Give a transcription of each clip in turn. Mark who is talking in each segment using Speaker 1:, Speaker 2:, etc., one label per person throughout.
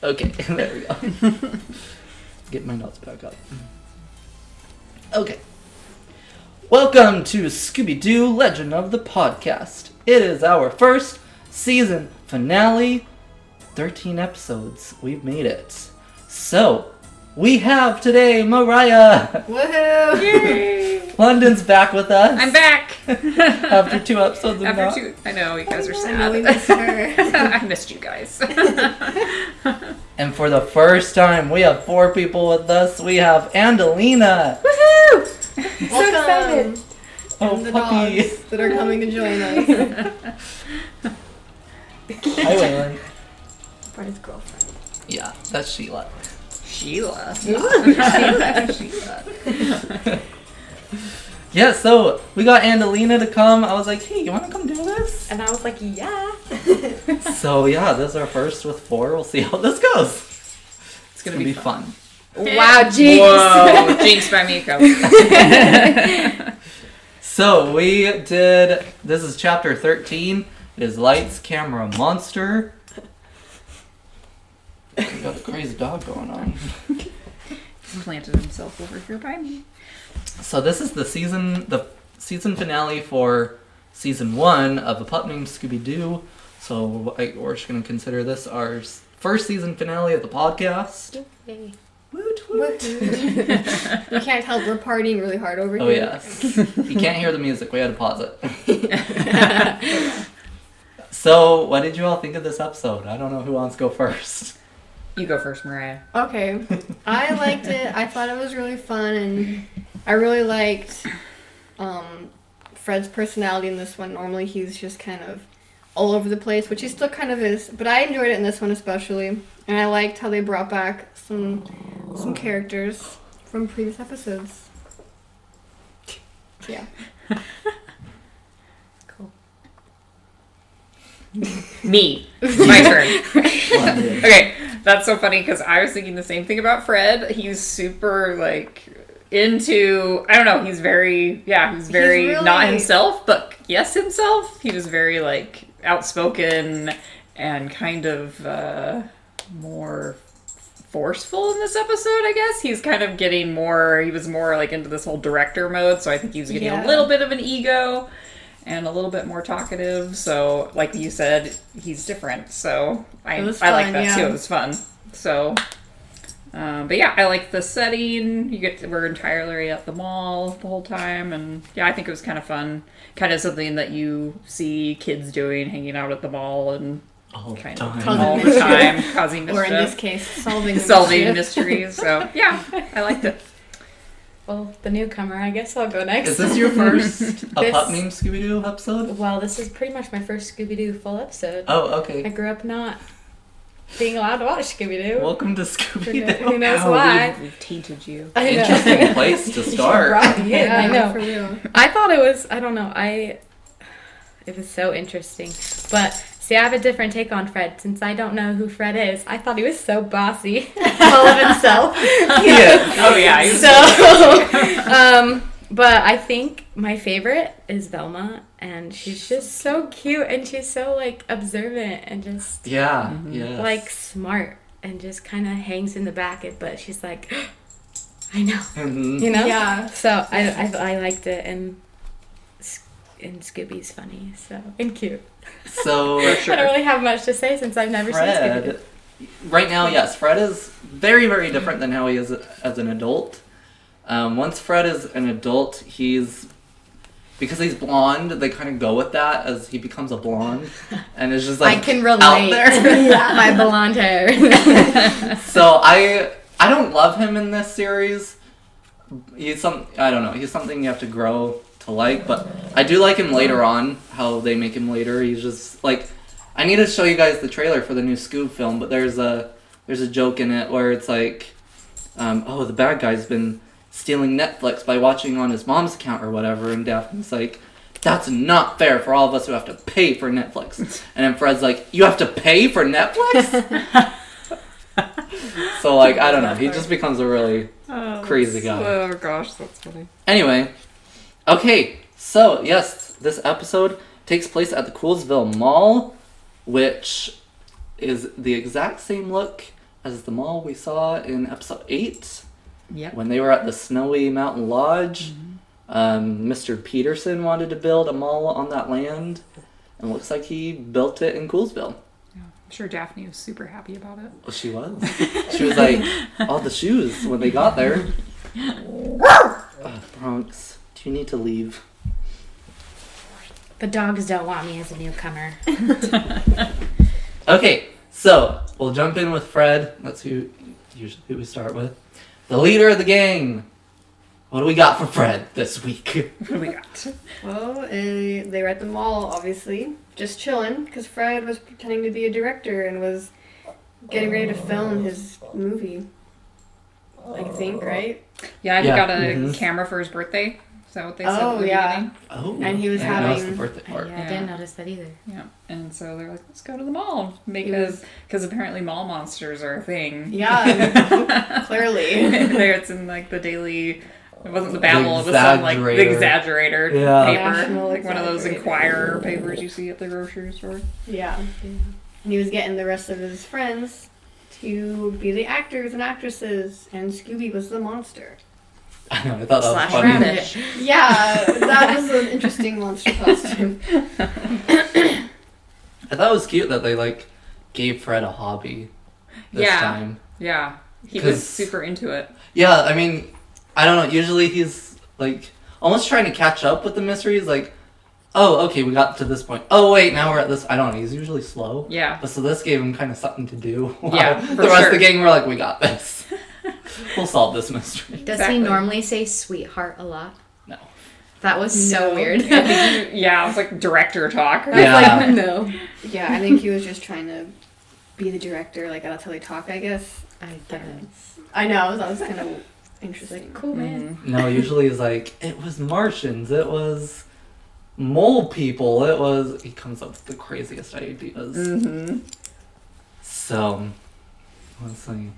Speaker 1: Okay, there we go. Get my notes back up. Okay. Welcome to Scooby Doo Legend of the Podcast. It is our first season finale. 13 episodes. We've made it. So, we have today Mariah.
Speaker 2: Woohoo!
Speaker 1: London's back with us.
Speaker 3: I'm back
Speaker 1: After two episodes of
Speaker 3: After
Speaker 1: not-
Speaker 3: two. I know you guys are
Speaker 2: I
Speaker 3: sad.
Speaker 2: know we miss her.
Speaker 3: I missed you guys. Woohoo!
Speaker 1: And for the first time, we have four people with us. We have Andalina.
Speaker 2: Welcome.
Speaker 1: Oh,
Speaker 2: and the
Speaker 1: puppy.
Speaker 2: dogs that are coming to join us.
Speaker 1: Hi, Waylon.
Speaker 4: for his girlfriend.
Speaker 1: Yeah, that's Sheila.
Speaker 3: Sheila. Sheila.
Speaker 1: Yeah, so we got Andalina to come. I was like, hey, you want to come do this?
Speaker 4: And I was like, yeah.
Speaker 1: so, yeah, this is our first with four. We'll see how this goes. It's, going to be, fun.
Speaker 4: wow,
Speaker 3: Whoa! Oh, Jinx by Miko.
Speaker 1: So, we did this is chapter 13. It is Lights, Camera, Monster. We got the crazy dog going on.
Speaker 3: Planted himself over here by me.
Speaker 1: So this is the season the season finale for season one of a pup named Scooby Doo. So I, we're just gonna consider this our s- first season finale of the podcast.
Speaker 4: Yay.
Speaker 1: Woot woot!
Speaker 2: we can't help. We're partying really hard over
Speaker 1: Oh
Speaker 2: here.
Speaker 1: yes, you can't hear the music. We had to pause it. so what did you all think of this episode? I don't know who wants to go first.
Speaker 3: You go first, Mariah.
Speaker 2: Okay. I liked it. I thought it was really fun, and I really liked um, Fred's personality in this one. Normally, he's just kind of all over the place, which he still kind of is. But I enjoyed it in this one especially, and I liked how they brought back some some characters from previous episodes. Yeah.
Speaker 3: Cool. Me. My turn. Okay, that's so funny because I was thinking the same thing about Fred. He's super like into I don't know. He's very yeah. He's very
Speaker 2: really-
Speaker 3: not himself, but yes himself. He was very like outspoken and kind of uh, more forceful in this episode. I guess he's kind of getting more. He was more like into this whole director mode, so I think he was getting
Speaker 2: Yeah.
Speaker 3: a little bit of an ego. And a little bit more talkative, so like you said, he's different. So I
Speaker 2: It was
Speaker 3: I like
Speaker 2: fun,
Speaker 3: that
Speaker 2: yeah.
Speaker 3: too. It was fun. So, um, but yeah, I like the setting. You get we're entirely at the mall the whole time, and yeah, I think it was kind of fun. Kind of something that you see kids doing, hanging out at the mall and
Speaker 1: All the
Speaker 3: kind of
Speaker 1: time.
Speaker 2: Causing
Speaker 3: all the time, causing
Speaker 2: Or in this
Speaker 3: mischief,
Speaker 2: case, solving the
Speaker 3: solving
Speaker 2: mischief.
Speaker 3: mysteries. So yeah, I liked it.
Speaker 4: Well, the newcomer, I guess I'll go next.
Speaker 1: Is this your first a
Speaker 4: This-
Speaker 1: pup named Scooby Doo episode?
Speaker 4: well, this is pretty much my first Scooby Doo full episode.
Speaker 1: Oh,
Speaker 4: I
Speaker 1: okay.
Speaker 4: grew up not being allowed to watch Scooby Doo.
Speaker 1: Welcome to
Speaker 4: who, kno-
Speaker 1: Scooby
Speaker 4: who
Speaker 1: Doo.
Speaker 4: knows
Speaker 3: Ow,
Speaker 1: Oh,
Speaker 4: why?
Speaker 3: We've, we've tainted you.
Speaker 4: I know.
Speaker 1: Interesting place to
Speaker 4: You
Speaker 1: start.
Speaker 4: brought me in,
Speaker 2: Yeah,
Speaker 4: I know.
Speaker 2: For real.
Speaker 4: I thought it was. I don't know. I. It was so interesting, but see, I have a different take on Fred since I don't know who Fred is. I thought he was so bossy, full of himself.
Speaker 1: Yeah.
Speaker 3: Oh yeah, you-
Speaker 4: so um but i think my favorite is velma and she's just so cute and she's so like observant and just
Speaker 1: Yeah, yeah.
Speaker 4: Mm-hmm. like smart and just kind of hangs in the back it but she's like i know
Speaker 1: Mhm.
Speaker 4: you know
Speaker 2: Yeah.
Speaker 4: so I, I i liked it and S- and scooby's funny so and cute
Speaker 1: So
Speaker 4: i don't really have much to say since i've never seen
Speaker 1: Fred,
Speaker 4: scooby
Speaker 1: right now, yes, Fred is very, very different than how he is as an adult. Um, once Fred is an adult, he's because he's blonde. They kind of go with that as he becomes a blonde, and it's just like
Speaker 2: I can
Speaker 1: out
Speaker 2: relate.
Speaker 1: there.
Speaker 4: my blonde hair
Speaker 1: so I, I don't love him in this series. He's some, I don't know. He's something you have to grow to like, but I do like him later on. How they make him later, he's just like I need to show you guys the trailer for the new Scoob film, but there's a there's a joke in it where it's like, um, oh, the bad guy's been stealing Netflix by watching on his mom's account or whatever, and Daphne's like, that's not fair for all of us who have to pay for Netflix. And then Fred's like, you have to pay for Netflix. so like, I don't know. He just becomes a really
Speaker 3: Oh,
Speaker 1: Crazy
Speaker 3: that's-
Speaker 1: guy.
Speaker 3: Oh gosh, that's funny.
Speaker 1: Anyway, okay, so yes, this episode takes place at the Coolsville Mall, which is the exact same look as the mall we saw in episode 8
Speaker 3: Yep.
Speaker 1: when they were at the Snowy Mountain Lodge. Um, Mr. Peterson wanted to build a mall on that land, and looks like he built it in Coolsville.
Speaker 3: Yeah. I'm sure Daphne was super happy about it.
Speaker 1: Well, she was. She was like, all the shoes when they got there. Ugh, Bronx, do you need to leave?
Speaker 4: The dogs don't want me as a newcomer.
Speaker 1: Okay, so we'll jump in with Fred. That's who usually who we start with. The leader of the gang. What do we got for Fred this week?
Speaker 3: What do we got?
Speaker 2: Well, uh, they were at the mall, obviously, just chilling, because Fred was pretending to be a director and was getting ready to film his movie. I think, right?
Speaker 3: Yeah, I
Speaker 1: Yeah.
Speaker 3: got a
Speaker 1: Mhm.
Speaker 3: camera for his birthday. Is that what they said?
Speaker 2: Oh,
Speaker 3: at the
Speaker 2: yeah.
Speaker 3: Beginning?
Speaker 1: Oh,
Speaker 2: And he was
Speaker 1: I didn't notice
Speaker 2: having-
Speaker 1: the birthday part.
Speaker 4: yeah, I didn't notice that either.
Speaker 3: Yeah. And so they're like, let's go to the mall
Speaker 2: He was-
Speaker 3: because because apparently mall monsters are a thing.
Speaker 2: Yeah, clearly.
Speaker 3: there it's in like the daily. It wasn't the Babel. It was some like the
Speaker 1: Exaggerator.
Speaker 3: exaggerator
Speaker 1: Yeah.
Speaker 3: paper,
Speaker 2: National
Speaker 3: like one of those
Speaker 2: Exaggerator.
Speaker 3: Inquirer papers you see at the grocery store.
Speaker 2: Yeah. And he was getting the rest of his friends to be the actors and actresses, and Scooby was the monster.
Speaker 1: I know, I thought that
Speaker 4: Slash
Speaker 1: was funny.
Speaker 4: rabbit.
Speaker 2: Yeah, that was an interesting monster costume.
Speaker 1: I thought it was cute that they like gave Fred a hobby this
Speaker 3: Yeah.
Speaker 1: time.
Speaker 3: Yeah, he
Speaker 1: 'Cause-
Speaker 3: was super into it.
Speaker 1: Yeah, I mean, I don't know. Usually he's like almost trying to catch up with the mysteries. Like, oh, okay, we got to this point. Oh, wait, now we're at this. I don't know. He's usually slow.
Speaker 3: Yeah.
Speaker 1: But so this gave him kind of something to do. while
Speaker 3: Yeah,
Speaker 1: the
Speaker 3: for
Speaker 1: rest of the
Speaker 3: sure.
Speaker 1: gang were like, we got this. we'll solve this mystery.
Speaker 4: Does
Speaker 3: Exactly.
Speaker 4: he normally say sweetheart a lot?
Speaker 1: No.
Speaker 4: That was so
Speaker 2: No.
Speaker 4: weird.
Speaker 3: I think you- yeah, it was like director talk.
Speaker 1: Yeah.
Speaker 4: like, no.
Speaker 2: Yeah, I think he was just trying to be the director, like that's how they talk, I guess.
Speaker 4: I guess.
Speaker 2: I know, that was kind of interesting.
Speaker 4: Like, cool man.
Speaker 1: No, usually he's like, it was Martians. It was mole people. It was. He comes up with the craziest ideas.
Speaker 3: Mm-hmm.
Speaker 1: So, let's see.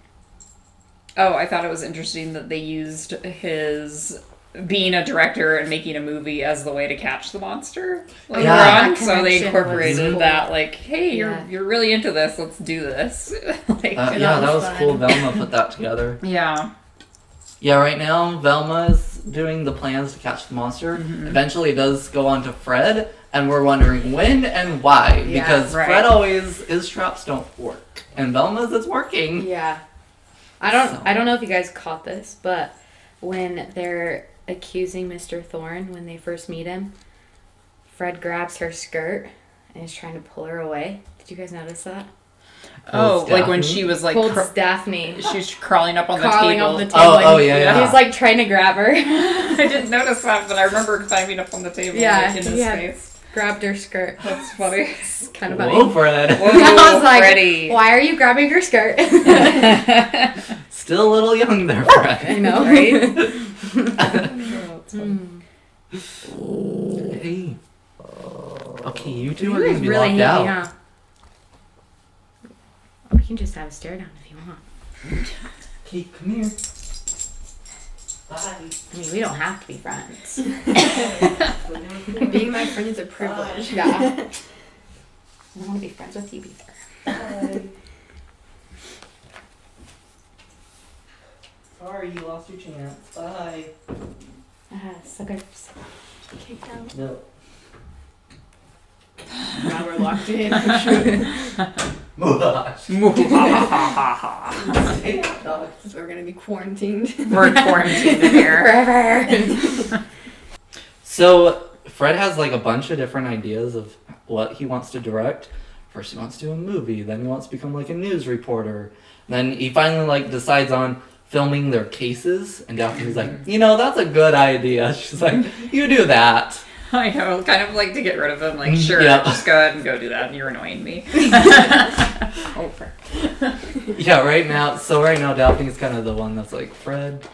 Speaker 3: Oh, I thought it was interesting that they used his being a director and making a movie as the way to catch the monster later
Speaker 1: Yeah.
Speaker 3: on.
Speaker 4: Oh, That
Speaker 3: So they
Speaker 4: connection
Speaker 3: incorporated
Speaker 4: was cool.
Speaker 3: that, like, hey, you're
Speaker 4: Yeah.
Speaker 3: you're really into this. Let's do this. like,
Speaker 1: Uh,
Speaker 2: That
Speaker 1: yeah, that was
Speaker 2: was
Speaker 1: cool.
Speaker 2: fun.
Speaker 1: Velma put that together.
Speaker 3: yeah,
Speaker 1: Yeah, right now Velma's doing the plans to catch the monster. Eventually, it does go on to Fred, and we're wondering when and why
Speaker 2: Yeah,
Speaker 1: because
Speaker 3: right.
Speaker 1: Fred always his traps don't work, and Velma's is working.
Speaker 4: Yeah. I don't
Speaker 1: So-
Speaker 4: I don't know if you guys caught this, but when they're accusing Mr. Thorne when they first meet him, Fred grabs her skirt and is trying to pull her away. Did you guys notice that?
Speaker 3: Oh, like when
Speaker 1: Daphne.
Speaker 3: she was like
Speaker 4: Holds
Speaker 3: cr-
Speaker 4: Daphne.
Speaker 3: she's crawling up on the
Speaker 4: crawling
Speaker 3: table.
Speaker 4: up the table.
Speaker 1: Oh,
Speaker 4: and
Speaker 1: oh, yeah, yeah.
Speaker 4: He's like trying to grab her.
Speaker 3: I didn't notice that, but I remember climbing up on the table
Speaker 4: Yeah,
Speaker 3: like, in his
Speaker 4: yeah.
Speaker 3: face.
Speaker 4: Grabbed her skirt.
Speaker 3: That's funny.
Speaker 4: It's kind of funny.
Speaker 1: Whoa, Fred!
Speaker 3: Whoa,
Speaker 4: I was like,
Speaker 3: Freddy.
Speaker 4: why are you grabbing her skirt? I
Speaker 1: Still a little young there, Fred.
Speaker 4: know,
Speaker 3: Right?
Speaker 4: right? Mm.
Speaker 1: hey. Okay, you two
Speaker 4: You
Speaker 1: are gonna
Speaker 4: guys
Speaker 1: be
Speaker 4: really hate
Speaker 1: locked
Speaker 4: me,
Speaker 1: out.
Speaker 4: huh? We can just have a stare down if you want.
Speaker 1: Okay, come here. Bye.
Speaker 4: I mean, we don't have to be friends.
Speaker 2: Being my friend is a privilege.
Speaker 4: Yeah. I don't want to be friends with you either.
Speaker 1: Sorry, you lost your chance. Bye.
Speaker 4: Uh, suckers. Kicked out.
Speaker 1: No.
Speaker 2: now we're locked in for sure. So we're gonna be quarantined.
Speaker 3: We're quarantined in here.
Speaker 4: Forever.
Speaker 1: So Fred has like a bunch of different ideas of what he wants to direct. First, he wants to do a movie. Then he wants to become like a news reporter. Then he finally like decides on filming their cases. And Daphne's like, you know, that's a good idea. She's like, you do that.
Speaker 3: I know, kind of like to get rid of him. Like, sure,
Speaker 1: Yeah.
Speaker 3: just go ahead and go do that. You're annoying me.
Speaker 4: Over.
Speaker 1: Yeah, right now. So right now, Daphne's kind of the one that's like, Fred,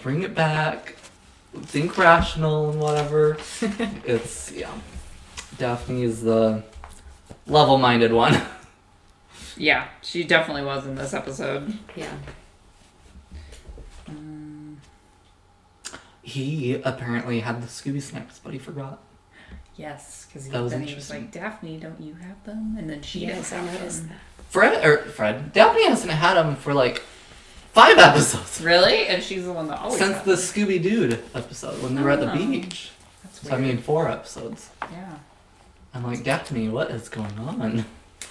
Speaker 1: bring it back. Think rational and whatever. it's yeah. Daphne is the level-minded one.
Speaker 3: yeah, she definitely was in this episode.
Speaker 4: Yeah.
Speaker 3: Mm,
Speaker 1: He apparently had the Scooby Snacks, but he forgot.
Speaker 3: Yes, because
Speaker 1: That was
Speaker 3: then he was
Speaker 1: interesting.
Speaker 3: like, Daphne, don't you have them? And then she
Speaker 4: Yes, I
Speaker 3: didn't have
Speaker 4: noticed
Speaker 3: them.
Speaker 4: that.
Speaker 1: Fred or Fred Daphne hasn't had him for like five episodes
Speaker 3: Really? And she's the one that always
Speaker 1: since
Speaker 3: has
Speaker 1: the
Speaker 3: it.
Speaker 1: Scooby Doo episode when they were at the
Speaker 3: Oh.
Speaker 1: beach.
Speaker 3: That's
Speaker 1: So I mean, four episodes.
Speaker 3: yeah.
Speaker 1: I'm like Daphne, what is going on?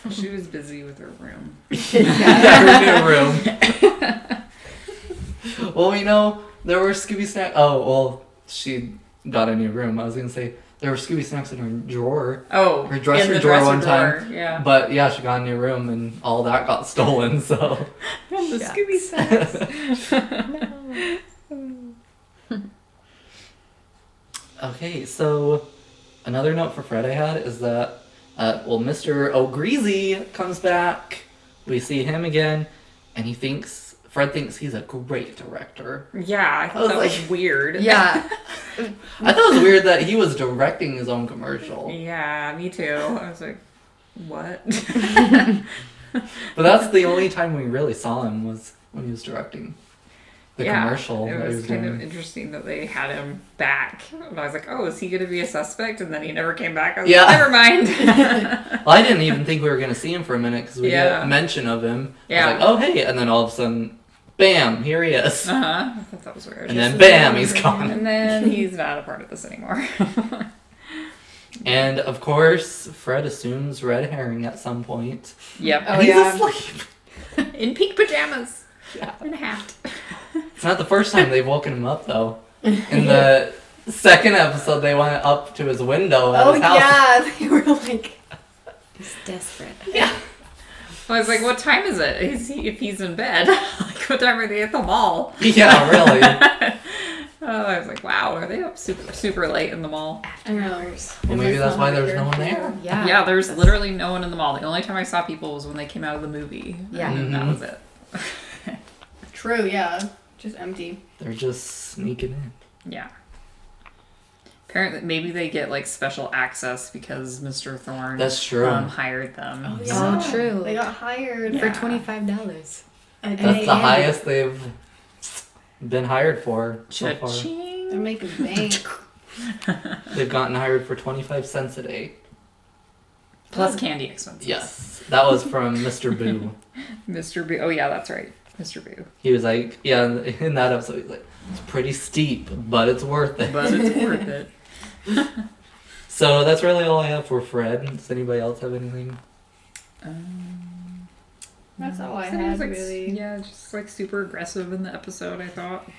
Speaker 3: She was busy with her room.
Speaker 1: Her new room. well, you know there were Scooby snacks. Oh well, she got a new room. I was gonna say there were Scooby snacks in her drawer.
Speaker 3: Oh,
Speaker 1: Her dresser
Speaker 3: in the
Speaker 1: drawer
Speaker 3: dresser
Speaker 1: one time.
Speaker 3: drawer, Yeah.
Speaker 1: But yeah, she got a new room and all that got stolen. So
Speaker 3: the
Speaker 4: Shucks.
Speaker 3: Scooby snacks.
Speaker 1: Okay, so another note for Fred I had is that, uh, well, Mr. O'Greasy comes back. We see him again, and he thinks, Fred thinks he's a great director.
Speaker 3: yeah, I thought
Speaker 1: I was
Speaker 3: that
Speaker 1: like-
Speaker 3: was weird.
Speaker 2: Yeah.
Speaker 1: I thought it was weird that he was directing his own commercial.
Speaker 3: Yeah, me too. I was like, what?
Speaker 1: But that's the only time we really saw him was when he was directing the
Speaker 3: yeah,
Speaker 1: commercial
Speaker 3: It
Speaker 1: that he
Speaker 3: was
Speaker 1: was
Speaker 3: kind of
Speaker 1: doing.
Speaker 3: interesting that they had him back. And I was like, oh, is he going to be a suspect? And then he never came back. I was
Speaker 1: Yeah.
Speaker 3: like, never mind.
Speaker 1: Well, I didn't even think we were going to see him for a minute because we
Speaker 3: Yeah.
Speaker 1: got mention of him. I
Speaker 3: Yeah.
Speaker 1: was like, oh, hey. And then all of a sudden, bam, here he is.
Speaker 3: uh huh. I thought that was weird.
Speaker 1: And then bam, he's gone.
Speaker 3: And then he's not a part of this anymore.
Speaker 1: And of course, Fred assumes red herring at some point.
Speaker 3: yep.
Speaker 2: Oh
Speaker 1: He's
Speaker 2: yeah.
Speaker 1: asleep.
Speaker 3: In pink pajamas. And a hat.
Speaker 1: It's not the first time they've woken him up though. In the second episode, they went up to his window at
Speaker 2: Oh
Speaker 1: his house.
Speaker 2: yeah, they were like.
Speaker 4: He's desperate.
Speaker 3: I was like, what time is it? Is he, if he's in bed, like, what time are they at the mall?
Speaker 1: Yeah, really.
Speaker 3: Oh, I was like, wow, are they up super, super late in the mall?
Speaker 2: I know.
Speaker 1: Well, maybe that's why there's no one there.
Speaker 4: Yeah.
Speaker 2: Ah,
Speaker 3: yeah, there's
Speaker 4: that's-
Speaker 3: literally no one in the mall. The only time I saw people was when they came out of the movie.
Speaker 4: Yeah.
Speaker 3: And that
Speaker 1: Mhm.
Speaker 3: was it.
Speaker 2: True. Yeah. Just empty.
Speaker 1: They're just sneaking in.
Speaker 3: Yeah. Apparently, maybe they get like special access because Mr. Thorne
Speaker 1: That's true.
Speaker 3: um, hired them.
Speaker 1: Oh,
Speaker 3: So-
Speaker 1: yeah.
Speaker 4: So true.
Speaker 2: They got hired
Speaker 3: Yeah.
Speaker 4: For twenty five dollars.
Speaker 2: a
Speaker 1: That's
Speaker 2: day
Speaker 1: the
Speaker 2: in.
Speaker 1: highest they've been hired for so far.
Speaker 3: Cha-ching.
Speaker 2: They're making bank.
Speaker 1: They've gotten hired for 25 cents a day.
Speaker 3: Plus candy expenses.
Speaker 1: Yes. That was from Mr. Boo.
Speaker 3: Mr. Boo. Oh, yeah, that's right. Mr. Boo.
Speaker 1: He was like, yeah, in that episode, he's like, it's pretty steep, but it's worth it.
Speaker 3: But it's worth it.
Speaker 1: So that's really all I have for Fred. Does anybody else have anything?
Speaker 3: Um,
Speaker 2: That's all I
Speaker 3: said he was,
Speaker 2: had
Speaker 3: like, s-
Speaker 2: really.
Speaker 3: Yeah, just like super aggressive in the episode, I thought.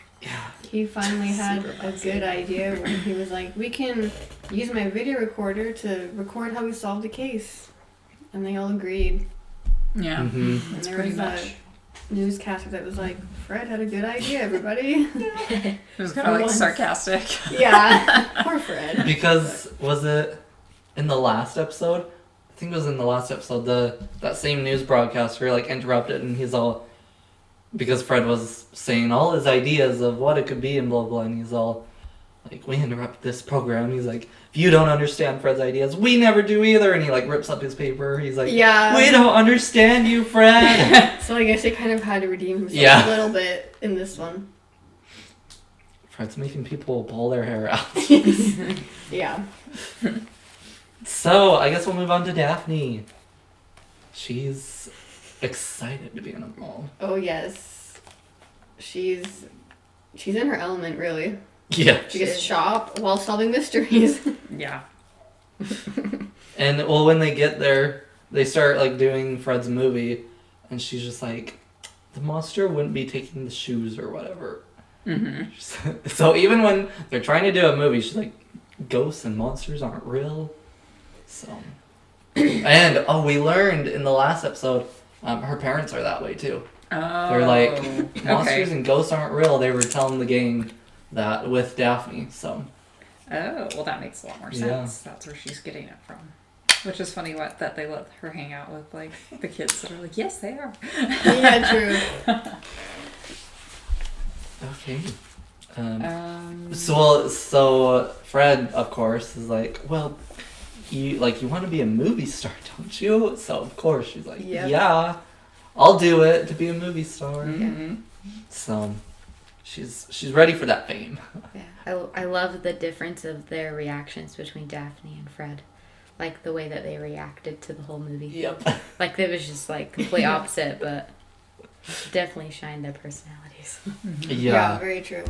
Speaker 2: He finally had
Speaker 1: Super
Speaker 2: a good idea when he was like, "We can use my video recorder to record how we solved the case," and they all agreed.
Speaker 3: Yeah.
Speaker 1: Mm-hmm.
Speaker 2: and
Speaker 3: That's
Speaker 2: there
Speaker 3: pretty
Speaker 2: was
Speaker 3: much.
Speaker 2: a newscaster that was like, "Fred had a good idea, everybody."
Speaker 3: It was kind of like
Speaker 2: Once.
Speaker 3: sarcastic.
Speaker 2: yeah, poor Fred.
Speaker 1: Because was it in the last episode? I think it was in the last episode. The that same news broadcaster like interrupted, and he's all because Fred was saying all his ideas of what it could be and blah blah, and he's all like, "We interrupt this program." He's like, "If you don't understand Fred's ideas, we never do either." And he like rips up his paper. He's like,
Speaker 2: Yeah.
Speaker 1: we don't understand you, Fred."
Speaker 2: So I guess he kind of had to redeem himself
Speaker 1: Yeah.
Speaker 2: a little bit in this one.
Speaker 1: Fred's making people pull their hair out.
Speaker 2: Yeah.
Speaker 1: So I guess we'll move on to Daphne. She's excited to be in a mall.
Speaker 2: Oh yes. She's she's in her element really.
Speaker 1: Yeah.
Speaker 2: She gets to shop while solving mysteries.
Speaker 3: yeah.
Speaker 1: And well, when they get there, they start like doing Fred's movie, and she's just like, the monster wouldn't be taking the shoes or whatever.
Speaker 3: Mm-hmm.
Speaker 1: so even when they're trying to do a movie, she's like, ghosts and monsters aren't real. So. and oh, we learned in the last episode, um, her parents are that way too.
Speaker 3: Oh.
Speaker 1: They're like monsters
Speaker 3: Okay.
Speaker 1: and ghosts aren't real. They were telling the gang that with Daphne. So
Speaker 3: Oh, well, that makes a lot more
Speaker 1: Yeah.
Speaker 3: sense. That's where she's getting it from. Which is funny what, that they let her hang out with like the kids that are like, yes, they are.
Speaker 2: yeah, true.
Speaker 1: okay. Um,
Speaker 3: Um,
Speaker 1: so well, so Fred, of course, is like, well, you like you want to be a movie star, don't you? So of course she's like,
Speaker 2: Yep.
Speaker 1: yeah, I'll do it to be a movie star.
Speaker 3: mhm.
Speaker 1: So she's she's ready for that fame.
Speaker 4: Yeah. I, I love the difference of their reactions between Daphne and Fred. like the way that they reacted to the whole movie.
Speaker 1: Yep.
Speaker 4: Like it was just like complete opposite, but definitely shined their personalities.
Speaker 1: Yeah.
Speaker 2: very true.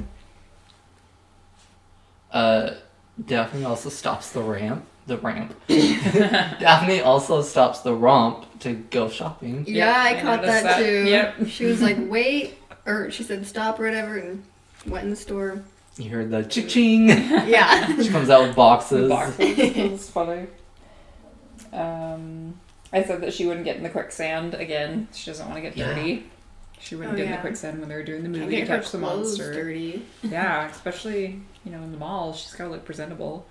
Speaker 1: Uh, Daphne also stops the ramp. The ramp. Daphne also stops the romp to go shopping.
Speaker 2: Yeah,
Speaker 3: I
Speaker 2: I caught
Speaker 3: noticed
Speaker 2: that,
Speaker 3: that.
Speaker 2: too.
Speaker 3: Yep.
Speaker 2: She was like, wait, or she said stop or whatever, and went in the store.
Speaker 1: You hear the ching.
Speaker 2: Yeah.
Speaker 1: She comes out with boxes.
Speaker 3: It's funny. Um, I said that she wouldn't get in the quicksand again. She doesn't want to get
Speaker 1: Yeah.
Speaker 3: dirty. She wouldn't
Speaker 2: Oh,
Speaker 3: get in
Speaker 2: yeah.
Speaker 3: the quicksand when they were doing the
Speaker 2: Can't
Speaker 3: movie to
Speaker 2: get her
Speaker 3: catch the
Speaker 2: clothes
Speaker 3: monster.
Speaker 2: dirty.
Speaker 3: Yeah, especially you know in the mall, she's got to look presentable.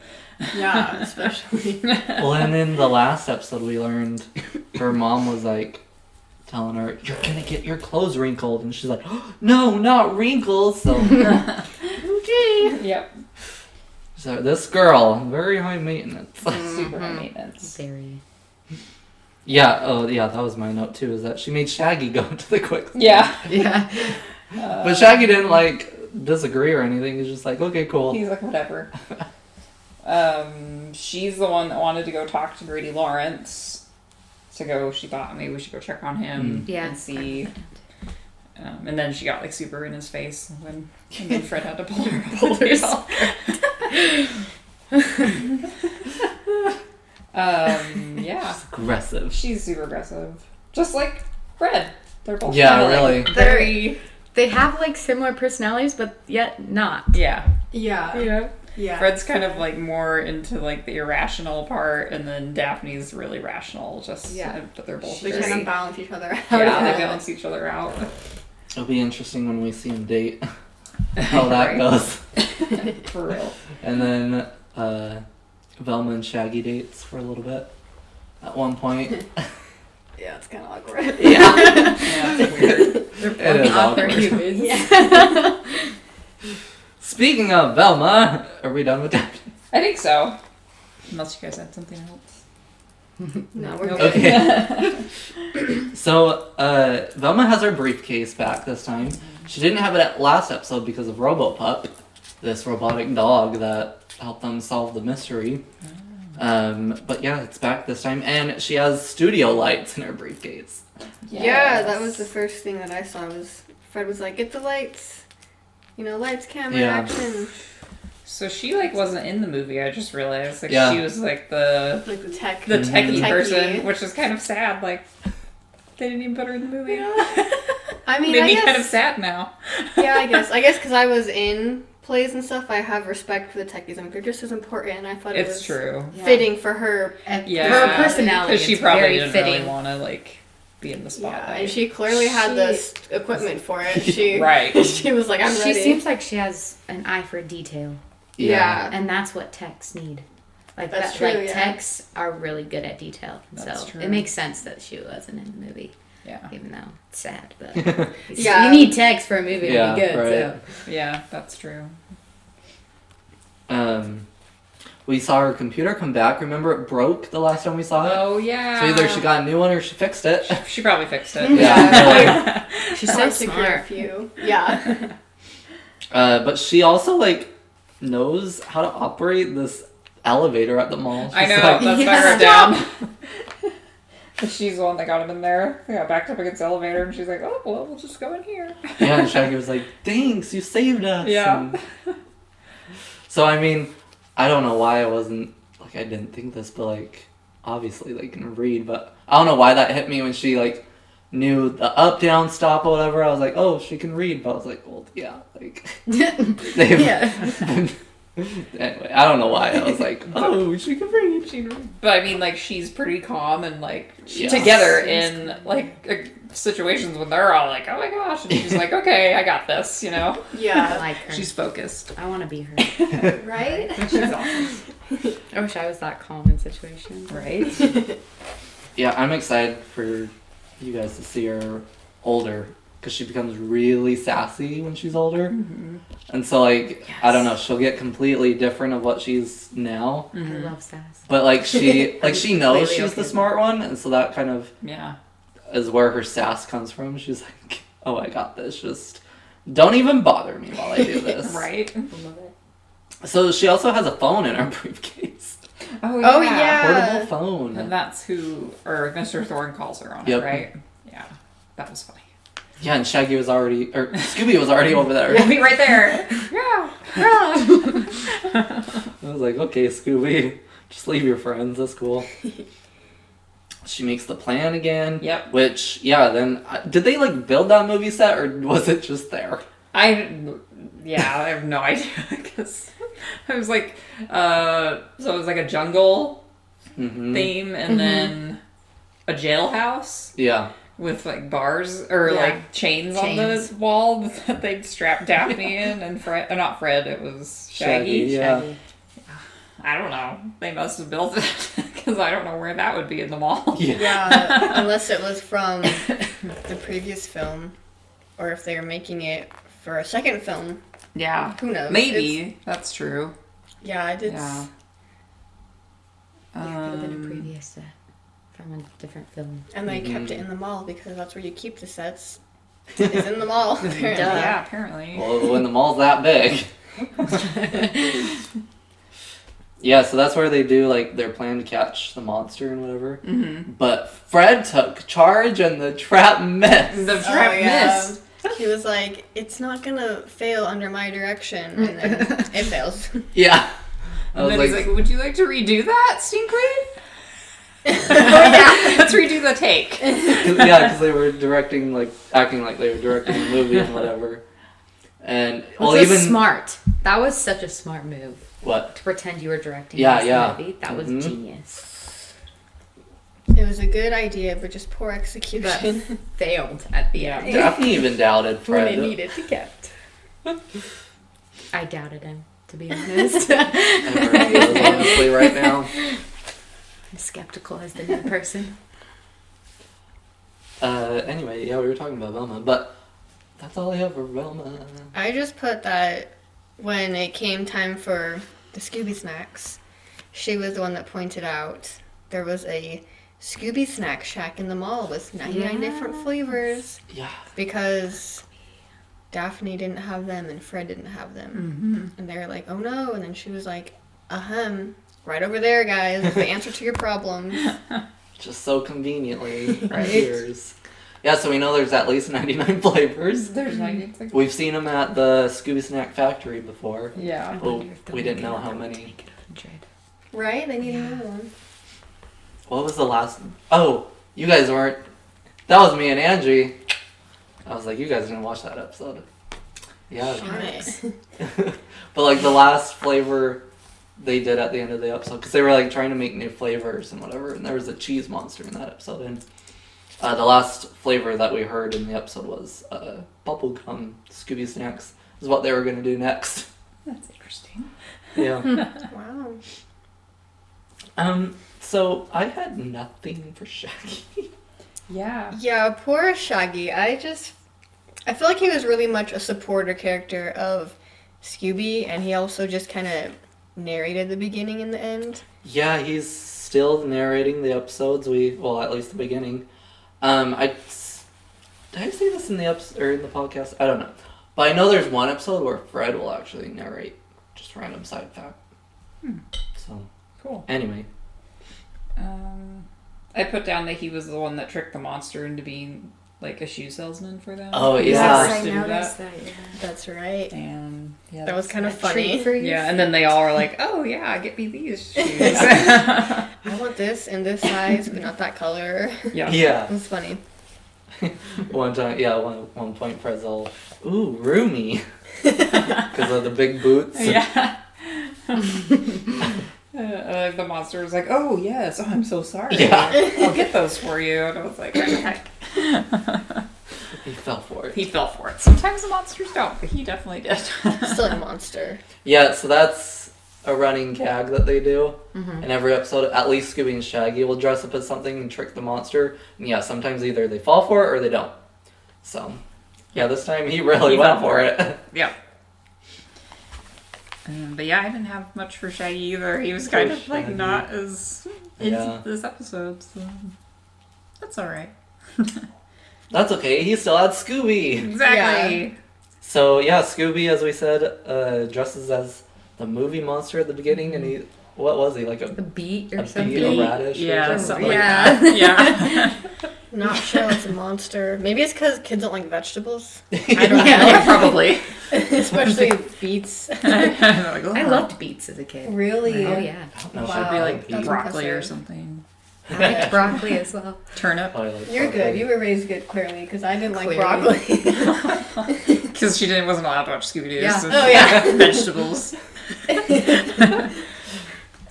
Speaker 2: Yeah, especially.
Speaker 1: Well, and in the last episode, we learned her mom was like telling her, "You're gonna get your clothes wrinkled," and she's like, "No, not wrinkles." So,
Speaker 2: okay.
Speaker 3: Yep,
Speaker 1: so this girl, very high maintenance.
Speaker 3: super
Speaker 1: Mm-hmm.
Speaker 3: high maintenance.
Speaker 4: Very.
Speaker 1: yeah. Oh, yeah. That was my note too. Is that she made Shaggy go to the quick,
Speaker 3: Yeah,
Speaker 4: Yeah.
Speaker 1: but Shaggy didn't like disagree or anything. He's just like, "Okay, cool."
Speaker 3: he's like whatever. Um, she's the one that wanted to go talk to Grady Lawrence. To go, she thought maybe we should go check on
Speaker 1: Hmm.
Speaker 3: him
Speaker 4: Yeah.
Speaker 3: and see. Um, and then she got like super in his face when and then Fred had to pull her pull um, yeah,
Speaker 1: Aggressive.
Speaker 3: she's super aggressive, just like Fred. They're both
Speaker 1: Yeah,
Speaker 3: kinda, like,
Speaker 1: really.
Speaker 3: very
Speaker 4: They have like similar personalities, but yet not.
Speaker 3: yeah
Speaker 2: Yeah.
Speaker 3: yeah.
Speaker 2: Yeah.
Speaker 3: Fred's kind of like more into like the irrational part, and then Daphne's really rational. Just
Speaker 2: Yeah.
Speaker 3: but they're both
Speaker 2: they
Speaker 3: very,
Speaker 2: kind of balance each other out.
Speaker 3: yeah, they balance each other out.
Speaker 1: It'll be interesting when we see him date how that
Speaker 3: Right.
Speaker 1: goes.
Speaker 3: For real.
Speaker 1: And then uh, Velma and Shaggy dates for a little bit. At one point,
Speaker 2: Yeah, it's kind of awkward.
Speaker 1: yeah,
Speaker 3: Yeah, it's weird.
Speaker 4: They're
Speaker 1: it is awkward.
Speaker 4: humans.
Speaker 1: Speaking of Velma, are we done with that?
Speaker 3: I think so. Unless you guys had something else.
Speaker 2: No, we're good.
Speaker 1: Okay. so uh, Velma has her briefcase back this time. She didn't have it at last episode because of RoboPup, this robotic dog that helped them solve the mystery. Um, but yeah, it's back this time, and she has studio lights in her briefcase.
Speaker 2: Yeah, that was the first thing that I saw. Was Fred was like, get the lights, you know, lights, camera,
Speaker 1: Yeah.
Speaker 2: action,
Speaker 3: So she like wasn't in the movie. I just realized like
Speaker 1: Yeah. Mm-hmm.
Speaker 3: she was like the
Speaker 2: like the tech.
Speaker 3: the techie
Speaker 2: Techie.
Speaker 3: person, which is kind of sad. Like they didn't even put her in the movie.
Speaker 2: I mean,
Speaker 3: Made
Speaker 2: I
Speaker 3: me
Speaker 2: guess,
Speaker 3: kind of sad now.
Speaker 2: yeah, I guess, I guess, because I was in plays and stuff, I have respect for the techies. I mean, they're just as important, and I thought it
Speaker 3: It's
Speaker 2: was
Speaker 3: true.
Speaker 2: fitting for her.
Speaker 3: Yeah,
Speaker 4: Her personality.
Speaker 3: Because she
Speaker 4: it's
Speaker 3: probably
Speaker 4: very
Speaker 3: didn't
Speaker 4: fitting.
Speaker 3: really want to like be in
Speaker 2: Yeah,
Speaker 3: the spotlight.
Speaker 2: and she clearly had the s- equipment for it. She
Speaker 3: Right.
Speaker 2: she was like, I'm
Speaker 4: she
Speaker 2: ready.
Speaker 4: seems like she has an eye for detail,
Speaker 2: yeah.
Speaker 4: and that's what techs need. Like
Speaker 2: That's
Speaker 4: that,
Speaker 2: true,
Speaker 4: like
Speaker 2: yeah.
Speaker 4: techs are really good at detail,
Speaker 3: That's
Speaker 4: so
Speaker 3: true.
Speaker 4: it makes sense that she wasn't in the movie,
Speaker 3: Yeah,
Speaker 4: even though it's sad. But
Speaker 2: Yeah.
Speaker 4: you need techs for a movie
Speaker 1: Yeah,
Speaker 4: to be good.
Speaker 1: right.
Speaker 3: yeah, that's true.
Speaker 1: Um, we saw her computer come back. Remember, it broke the last time we saw it.
Speaker 3: Oh
Speaker 1: So
Speaker 3: yeah.
Speaker 1: either she got a new one or she fixed it.
Speaker 3: She probably fixed it.
Speaker 1: Yeah.
Speaker 4: So she's so
Speaker 2: secure
Speaker 4: smart.
Speaker 2: few. Yeah.
Speaker 1: uh, but she also like knows how to operate this elevator at the mall.
Speaker 3: I
Speaker 1: She's
Speaker 3: know.
Speaker 1: Like,
Speaker 3: that's why I wrote down. But She's the one that got him in there. They got backed up against the elevator, and she's like, "Oh well, we'll just go in here."
Speaker 1: yeah, and Shaggy was like, "Thanks, you saved us."
Speaker 3: Yeah.
Speaker 1: And- so I mean, I don't know why I wasn't like I didn't think this, but like obviously they can read, but I don't know why that hit me when she like knew the up down stop or whatever. I was like, oh, she can read, but I was like, well, yeah, like they've.
Speaker 4: yeah.
Speaker 1: anyway, I don't know why I was like, oh, she can read. She can read.
Speaker 3: But I mean, like, she's pretty calm and like
Speaker 1: Yes.
Speaker 3: together in like uh, situations when they're all like, "Oh my gosh," and she's like, "Okay, I got this," you know.
Speaker 4: I
Speaker 2: Yeah.
Speaker 4: like her.
Speaker 3: She's focused.
Speaker 4: I want to be her.
Speaker 2: right?
Speaker 3: She's awesome,
Speaker 4: I wish I was that calm in situations.
Speaker 3: right?
Speaker 1: Yeah, I'm excited for you guys to see her older because she becomes really sassy when she's older. And so, like, I don't know, she'll get completely different of what she's now.
Speaker 4: I love sass.
Speaker 1: But like she, like she knows
Speaker 4: Completely
Speaker 1: she's
Speaker 4: okay
Speaker 1: the
Speaker 4: with
Speaker 1: smart one, and so that kind of
Speaker 3: Yeah.
Speaker 1: is where her sass comes from. She's like, "Oh, I got this. Just don't even bother me while I do this."
Speaker 3: Right.
Speaker 4: I love it.
Speaker 1: So she also has a phone in her briefcase.
Speaker 3: Oh
Speaker 2: Oh, yeah.
Speaker 1: Portable
Speaker 3: And
Speaker 1: phone.
Speaker 3: that's who, or Mr. Thorne calls her on
Speaker 1: Yep.
Speaker 3: it, right? Yeah, that was funny.
Speaker 1: Yeah, and Shaggy was already, or Scooby was already over there.
Speaker 3: We'll be right there. yeah, yeah.
Speaker 1: I was like, okay, Scooby, just leave your friends. That's cool. she makes the plan again.
Speaker 3: Yep.
Speaker 1: Which, yeah, then uh, did they like build that movie set or was it just there?
Speaker 3: I, yeah, I have no idea because I was like, uh, so it was like a jungle
Speaker 1: hmm
Speaker 3: theme and then a jailhouse
Speaker 1: Yeah.
Speaker 3: with like bars or
Speaker 4: Yeah.
Speaker 3: like chains, on
Speaker 4: Chains.
Speaker 3: the wall that they'd strapped Daphne in and Fred, uh, not Fred, it was Shaggy.
Speaker 1: Shaggy, yeah.
Speaker 4: Shaggy.
Speaker 3: I don't know. They must have built it because I don't know where that would be in the mall.
Speaker 1: Yeah.
Speaker 2: Yeah, unless it was from the previous film, or if they were making it for a second film.
Speaker 3: Yeah.
Speaker 2: Who knows?
Speaker 3: Maybe. That's true.
Speaker 2: It's- yeah, it's
Speaker 3: Yeah.
Speaker 4: Yeah, it could have been a
Speaker 3: Um,
Speaker 4: previous uh, from a different film.
Speaker 2: and they kept it in the mall because that's where you keep the sets. It's in the mall. apparently.
Speaker 3: yeah, apparently.
Speaker 1: Well, when the mall's that big. yeah, so that's where they do like their plan to catch the monster and whatever. Mm-hmm. But Fred took charge and the trap missed.
Speaker 3: the
Speaker 2: Oh,
Speaker 3: trap
Speaker 2: yeah.
Speaker 3: missed.
Speaker 2: He was like, "It's not gonna fail under my direction," and then it fails.
Speaker 1: yeah. I
Speaker 3: And
Speaker 1: was
Speaker 3: then
Speaker 1: like,
Speaker 3: he's like, Would you like to redo that, Stink Queen?
Speaker 4: Oh,
Speaker 3: Let's redo the take.
Speaker 1: Cause, yeah, because they were directing, like acting like they were directing a movie and whatever. And well,
Speaker 4: Which was
Speaker 1: even
Speaker 4: smart. That was such a smart move
Speaker 1: what?
Speaker 4: to pretend you were directing
Speaker 1: Yeah,
Speaker 4: this
Speaker 1: yeah.
Speaker 4: movie. That
Speaker 1: Mhm.
Speaker 4: was genius.
Speaker 2: It was a good idea, but just poor execution.
Speaker 4: Failed at the end.
Speaker 1: Daphne even doubted
Speaker 4: when
Speaker 1: Fred.
Speaker 4: it needed to get. I doubted him, to be honest. I'm
Speaker 1: Everyone does, honestly, right now.
Speaker 4: skeptical as the new person.
Speaker 1: Uh, anyway, yeah, we were talking about Velma, but that's all I have for Velma.
Speaker 2: I just put that when it came time for the Scooby Snacks, she was the one that pointed out there was a Scooby Snack Shack in the mall with 99 different flavors
Speaker 1: Yeah.
Speaker 2: because Daphne didn't have them and Fred didn't have them.
Speaker 3: Mm.
Speaker 2: And they were like, oh no. And then she was like, ahem, right over there, guys, is the answer to your problems.
Speaker 1: just so conveniently right
Speaker 2: Right.
Speaker 1: here's yeah so we know there's at least 99 flavors
Speaker 3: There's like,
Speaker 1: we've seen them at the scooby snack factory before
Speaker 3: yeah.
Speaker 1: Well,
Speaker 4: wonder if they'll
Speaker 1: we didn't
Speaker 4: make
Speaker 1: know
Speaker 4: another
Speaker 1: how
Speaker 4: one to
Speaker 1: many.
Speaker 4: make it 100.
Speaker 2: Right? They need another one.
Speaker 1: what was the last oh you guys weren't that was me and angie i was like you guys didn't watch that episode yeah
Speaker 2: Alright.
Speaker 1: but like the last flavor they did at the end of the episode because they were like trying to make new flavors and whatever and there was a cheese monster in that episode and uh, the last flavor that we heard in the episode was uh, bubblegum scooby snacks is what they were going to do next
Speaker 3: That's interesting.
Speaker 1: yeah
Speaker 2: Wow.
Speaker 1: um so i had nothing for shaggy
Speaker 3: Yeah.
Speaker 2: Yeah, poor Shaggy. I just I feel like he was really much a supporter character of Scooby and he also just kind of narrated the beginning and the end.
Speaker 1: yeah he's still narrating the episodes we well at least the beginning um i did i say this in the episode or in the podcast i don't know but i know there's one episode where fred will actually narrate just random side fact so
Speaker 3: Cool.
Speaker 1: anyway
Speaker 3: Um, I put down that he was the one that tricked the monster into being like a shoe salesman for them.
Speaker 1: Oh,
Speaker 3: He was
Speaker 1: yeah.
Speaker 3: forced to do that.
Speaker 2: That's right.
Speaker 3: And yeah,
Speaker 2: That was kind of
Speaker 4: Funny.
Speaker 2: funny.
Speaker 4: For you.
Speaker 3: Yeah, and then they all are like, "Oh yeah, get me these shoes." yeah.
Speaker 2: I want this in this size, but not that color. It
Speaker 1: yeah
Speaker 2: was funny.
Speaker 1: one time yeah one, one point fred's all ooh roomy because of the big boots
Speaker 3: Yeah. Uh, uh, the monster was like, "Oh yes, oh, I'm so sorry.
Speaker 1: Yeah.
Speaker 3: I'll get those for you." And I was like, "What the heck?"
Speaker 1: he fell for it
Speaker 3: He fell for it. Sometimes the monsters don't, but he definitely did.
Speaker 2: Silly monster.
Speaker 1: Yeah, so that's a running gag that they do in every episode. At least Scooby and Shaggy will dress up as something and trick the monster. And yeah, sometimes either they fall for it or they don't. So, yeah, this time he really
Speaker 3: He
Speaker 1: went
Speaker 3: fell
Speaker 1: for
Speaker 3: for
Speaker 1: it.
Speaker 3: yeah. Um, but yeah, I didn't have much for Shaggy either. He was kind
Speaker 1: For
Speaker 3: of like
Speaker 1: Shaggy.
Speaker 3: not as into
Speaker 1: Yeah.
Speaker 3: this episode, so that's all right.
Speaker 1: That's okay. He still had Scooby.
Speaker 3: Exactly.
Speaker 1: So yeah, Scooby, as we said, uh, dresses as the movie monster at the beginning, and he What was he like a,
Speaker 4: The beet or
Speaker 1: a
Speaker 4: something.
Speaker 1: beat, a radish? or
Speaker 3: Yeah,
Speaker 1: something?
Speaker 3: something like
Speaker 2: Yeah.
Speaker 3: that. Yeah.
Speaker 2: Not sure it's a monster. Maybe it's because kids don't like vegetables,
Speaker 3: I don't know.
Speaker 4: Yeah.
Speaker 3: Probably.
Speaker 2: especially beets.
Speaker 3: I
Speaker 4: I loved beets as a kid.
Speaker 2: Really?
Speaker 4: Oh yeah,
Speaker 1: I don't know if
Speaker 2: Wow.
Speaker 1: I'd
Speaker 3: Should be like
Speaker 2: That's
Speaker 3: broccoli or
Speaker 2: impressive.
Speaker 3: something.
Speaker 4: I liked broccoli as well.
Speaker 3: Turnip.
Speaker 1: probably like
Speaker 2: You're good.
Speaker 1: broccoli.
Speaker 2: You were raised good, clearly, because I didn't like
Speaker 4: Clearly.
Speaker 2: broccoli.
Speaker 3: Because she didn't wasn't allowed to watch Scooby Doo.
Speaker 4: Yeah.
Speaker 3: So
Speaker 2: Oh, yeah.
Speaker 3: vegetables.
Speaker 4: So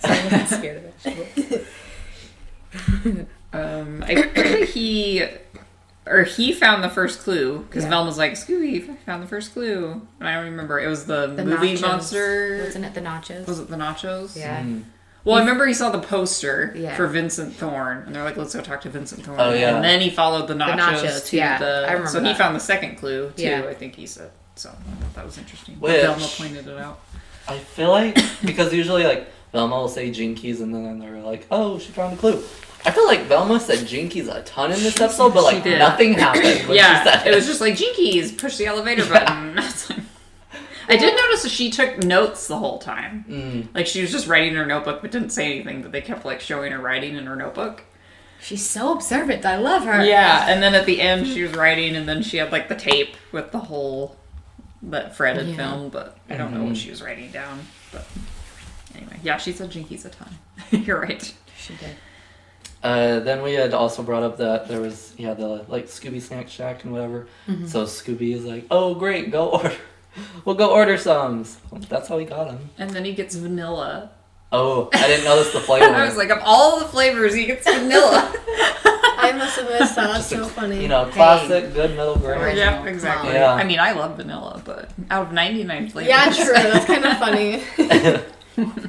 Speaker 4: I wasn't scared of vegetables.
Speaker 3: Um, I think he or he found the first clue because
Speaker 4: Yeah.
Speaker 3: Velma's like Scooby found the first clue, and I remember it was the,
Speaker 4: The
Speaker 3: movie
Speaker 4: nachos.
Speaker 3: monster.
Speaker 4: Wasn't it the nachos?
Speaker 3: was it the nachos?
Speaker 4: yeah.
Speaker 3: Well, I remember he saw the poster
Speaker 4: Yeah.
Speaker 3: for Vincent Thorne, and they're like, "Let's go talk to Vincent Thorne."
Speaker 1: Oh, yeah.
Speaker 3: And then he followed the nachos,
Speaker 4: nachos,
Speaker 3: to
Speaker 4: yeah.
Speaker 3: the.
Speaker 4: I remember
Speaker 3: so he
Speaker 4: that.
Speaker 3: found the second clue too.
Speaker 4: Yeah.
Speaker 3: I think he said so. I thought that was interesting.
Speaker 1: Which-
Speaker 3: Velma pointed it out.
Speaker 1: I feel like because usually like Velma will say Jinkies and then they're like, oh, she found a clue. I feel like Velma said Jinkies a ton in this episode, but
Speaker 3: she
Speaker 1: like
Speaker 3: did.
Speaker 1: nothing happened. When
Speaker 3: yeah,
Speaker 1: she said
Speaker 3: it was just like jinkies, push the elevator button. That's like- I did notice that she took notes the whole time.
Speaker 1: Mm.
Speaker 3: Like she was just writing in her notebook, but didn't say anything. But they kept like showing her writing in her notebook.
Speaker 4: She's so observant. I love her.
Speaker 3: Yeah, and then at the end she was writing, and then she had like the tape with the whole that Fred had
Speaker 4: Yeah.
Speaker 3: filmed, but I don't know what she was writing down. But anyway, yeah, she said jinkies a ton. You're right.
Speaker 4: She did.
Speaker 1: Uh, then we had also brought up that there was yeah the like Scooby Snack Shack and whatever.
Speaker 3: Mm-hmm.
Speaker 1: So Scooby is like, oh great, go order. We'll go order some. So that's how we got him.
Speaker 3: And then he gets vanilla.
Speaker 1: Oh, I didn't notice the flavor.
Speaker 3: And I was like, of all the flavors, he gets vanilla.
Speaker 2: I must have missed that. That's
Speaker 1: Just a-
Speaker 2: so funny.
Speaker 1: you know, classic good middle ground.
Speaker 4: Right.
Speaker 3: yeah, exactly.
Speaker 1: Yeah.
Speaker 3: I mean, I love vanilla, but out of 99 flavors.
Speaker 2: yeah, true. That's kind of funny.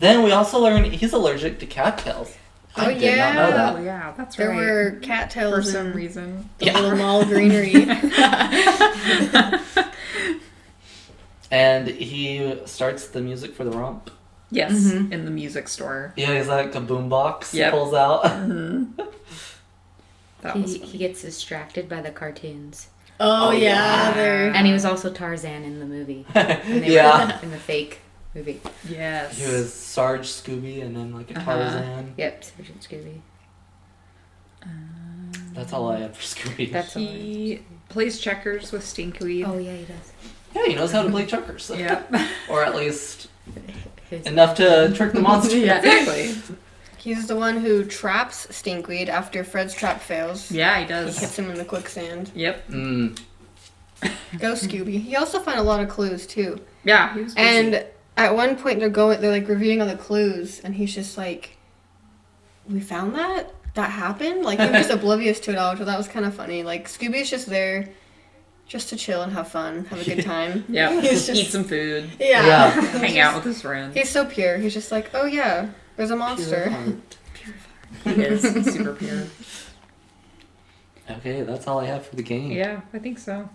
Speaker 1: Then we also learned he's allergic to cattails. I
Speaker 2: Oh,
Speaker 1: did
Speaker 2: yeah.
Speaker 1: not know that.
Speaker 3: Oh, yeah, that's
Speaker 2: There
Speaker 3: right.
Speaker 2: were cattails
Speaker 3: For some
Speaker 2: and
Speaker 3: reason.
Speaker 2: the
Speaker 1: Yeah.
Speaker 2: little mall greenery.
Speaker 1: And he starts the music for the romp.
Speaker 3: Yes, in the music store.
Speaker 1: Yeah, he's like a boombox. he
Speaker 3: Yep.
Speaker 1: Pulls out.
Speaker 3: That was
Speaker 4: He,
Speaker 3: fun.
Speaker 4: he gets distracted by the cartoons,
Speaker 2: Oh,
Speaker 1: Oh,
Speaker 2: yeah,
Speaker 1: yeah.
Speaker 2: they're
Speaker 4: and he was also Tarzan in the movie. When they were
Speaker 1: yeah.
Speaker 4: in the fake movie.
Speaker 3: Yes.
Speaker 1: He was Sarge Scooby and then like a
Speaker 3: Uh-huh.
Speaker 1: Tarzan.
Speaker 4: Yep, Sergeant Scooby.
Speaker 1: That's all I had for Scooby.
Speaker 4: That's all.
Speaker 3: He plays checkers with Stinkweed.
Speaker 4: Oh yeah, he does.
Speaker 1: Yeah, he knows how to play checkers.
Speaker 3: Yeah.
Speaker 1: or at least
Speaker 4: His-
Speaker 1: enough to trick the monster.
Speaker 3: exactly.
Speaker 2: he's the one who traps Stinkweed after Fred's trap fails.
Speaker 3: Yeah, he
Speaker 2: He
Speaker 3: does.
Speaker 2: hits him in the quicksand.
Speaker 3: Yep.
Speaker 1: Mm.
Speaker 2: Go Scooby. He also found a lot of clues too.
Speaker 3: Yeah. He was busy.
Speaker 2: And at one point they're going they're like reviewing all the clues and he's just like We found that? That happened? Like he was just oblivious to it all, so that was kinda funny. Like Scooby's just there just to chill and have fun, have a good time.
Speaker 3: yeah,
Speaker 2: he's
Speaker 3: eat
Speaker 2: just-
Speaker 3: some food,
Speaker 2: Yeah.
Speaker 1: Yeah.
Speaker 2: He's
Speaker 3: hang
Speaker 2: just-
Speaker 3: out with his friends.
Speaker 2: He's so pure. He's just like, Oh yeah, there's a
Speaker 1: Oh,
Speaker 2: monster.
Speaker 3: He is he's super pure.
Speaker 1: Okay, that's all I have for the game.
Speaker 3: Yeah, I think so.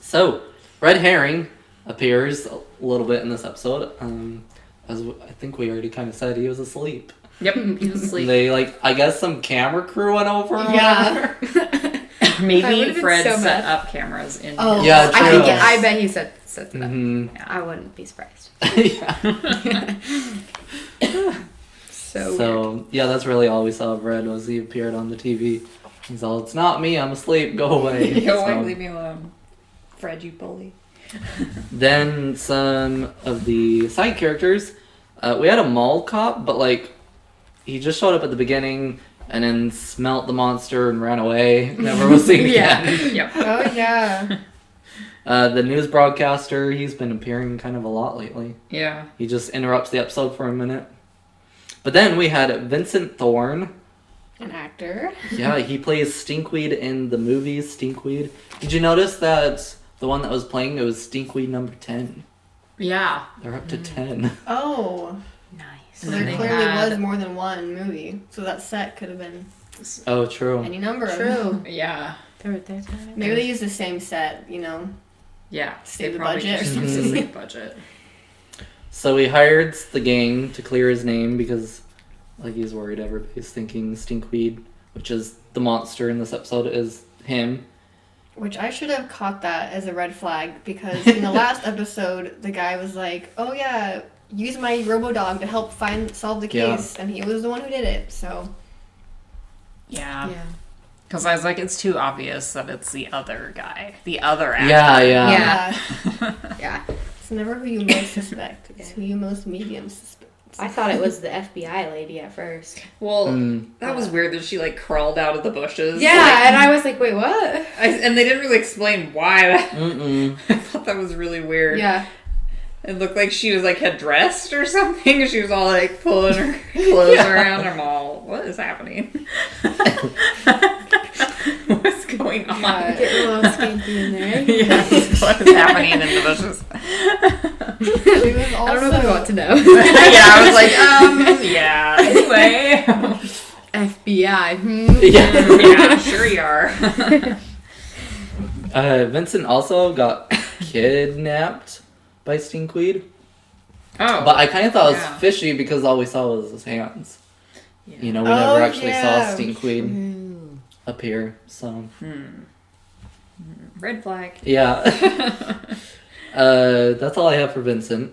Speaker 1: So, red herring appears a little bit in this episode. Um, as w- I think we already kind of said, he was asleep.
Speaker 3: Yep, he was
Speaker 1: And
Speaker 3: asleep.
Speaker 1: they like, I guess some camera crew went over. or
Speaker 2: Yeah.
Speaker 4: I would've
Speaker 3: Maybe
Speaker 4: been
Speaker 3: Fred
Speaker 4: so
Speaker 3: set
Speaker 4: mad.
Speaker 3: up cameras in.
Speaker 2: Oh.
Speaker 3: his-
Speaker 1: Yeah,
Speaker 4: I think
Speaker 1: true.
Speaker 4: I bet he said said that.
Speaker 1: hmm
Speaker 4: I wouldn't be surprised.
Speaker 3: So,
Speaker 1: So yeah, that's really all we saw of Red was he appeared on the TV. He's all, "It's not me. I'm asleep. Go away."
Speaker 3: weird.
Speaker 1: So,
Speaker 3: Go away, leave me alone, Fred, you bully.
Speaker 1: Then some of the side characters. Uh, we had a mall cop, but like he just showed up at the beginning and then smelt the monster and ran away. Never was seen
Speaker 3: Yeah.
Speaker 1: again.
Speaker 3: yep.
Speaker 2: oh yeah.
Speaker 1: Uh, the news broadcaster. He's been appearing kind of a lot lately.
Speaker 3: Yeah.
Speaker 1: He just interrupts the episode for a minute. But then we had Vincent Thorne.
Speaker 2: An actor.
Speaker 1: Yeah, he plays Stinkweed in the movie Stinkweed. Did you notice that the one that was playing it was Stinkweed number ten?
Speaker 3: Yeah.
Speaker 1: They're up to ten.
Speaker 2: Oh.
Speaker 4: Nice.
Speaker 2: So there
Speaker 3: They
Speaker 2: clearly
Speaker 3: had-
Speaker 2: was more than one movie. So that set could have been
Speaker 1: Oh, true.
Speaker 2: any number of
Speaker 4: True.
Speaker 3: Yeah.
Speaker 4: There, there's not
Speaker 2: Maybe they use the same set, you know.
Speaker 3: Yeah.
Speaker 2: Save
Speaker 3: they
Speaker 2: the
Speaker 3: probably
Speaker 2: budget or
Speaker 3: just used the same budget.
Speaker 1: So he hired the gang to clear his name because, like, he's worried everybody's thinking Stinkweed, which is the monster in this episode, is him.
Speaker 2: Which I should have caught that as a red flag because in the last episode, the guy was like, "Oh yeah, use my robo dog to help find solve the
Speaker 1: Yeah.
Speaker 2: case, and he was the one who did it. So
Speaker 3: Yeah.
Speaker 2: yeah,
Speaker 3: Because I was like, it's too obvious that it's the other guy, the other actor.
Speaker 1: Yeah, yeah.
Speaker 4: Yeah.
Speaker 2: yeah. uh, It's never who you most suspect. It's who you most medium suspect.
Speaker 4: I thought it was the FBI lady at first.
Speaker 3: Well,
Speaker 1: Mm.
Speaker 3: that was weird that she like crawled out of the bushes.
Speaker 4: Yeah,
Speaker 3: Like,
Speaker 4: and I was like, wait, what?
Speaker 3: I, and they didn't really explain why.
Speaker 1: Mm-mm.
Speaker 3: I thought that was really weird.
Speaker 4: Yeah.
Speaker 3: It looked like she was like had dressed or something. She was all like pulling her clothes around. I'm all, what is happening? What's going on?
Speaker 4: Get real skanky in there.
Speaker 3: Yes, what is happening in the bushes?
Speaker 2: She was
Speaker 4: I don't know if I want
Speaker 2: also
Speaker 4: to know.
Speaker 3: yeah, I was like, um, yeah. Anyway,
Speaker 4: FBI. Hmm.
Speaker 1: Yeah.
Speaker 3: yeah, I'm sure you are.
Speaker 1: Uh, Vincent also got kidnapped by Stinkweed.
Speaker 3: Oh,
Speaker 1: But I kind of thought it was
Speaker 3: Yeah.
Speaker 1: fishy because all we saw was his hands. You know, we
Speaker 2: Oh,
Speaker 1: never actually
Speaker 2: yeah.
Speaker 1: saw Stinkweed appear. So
Speaker 3: Hmm. red flag.
Speaker 1: yeah, uh, that's all I have for Vincent.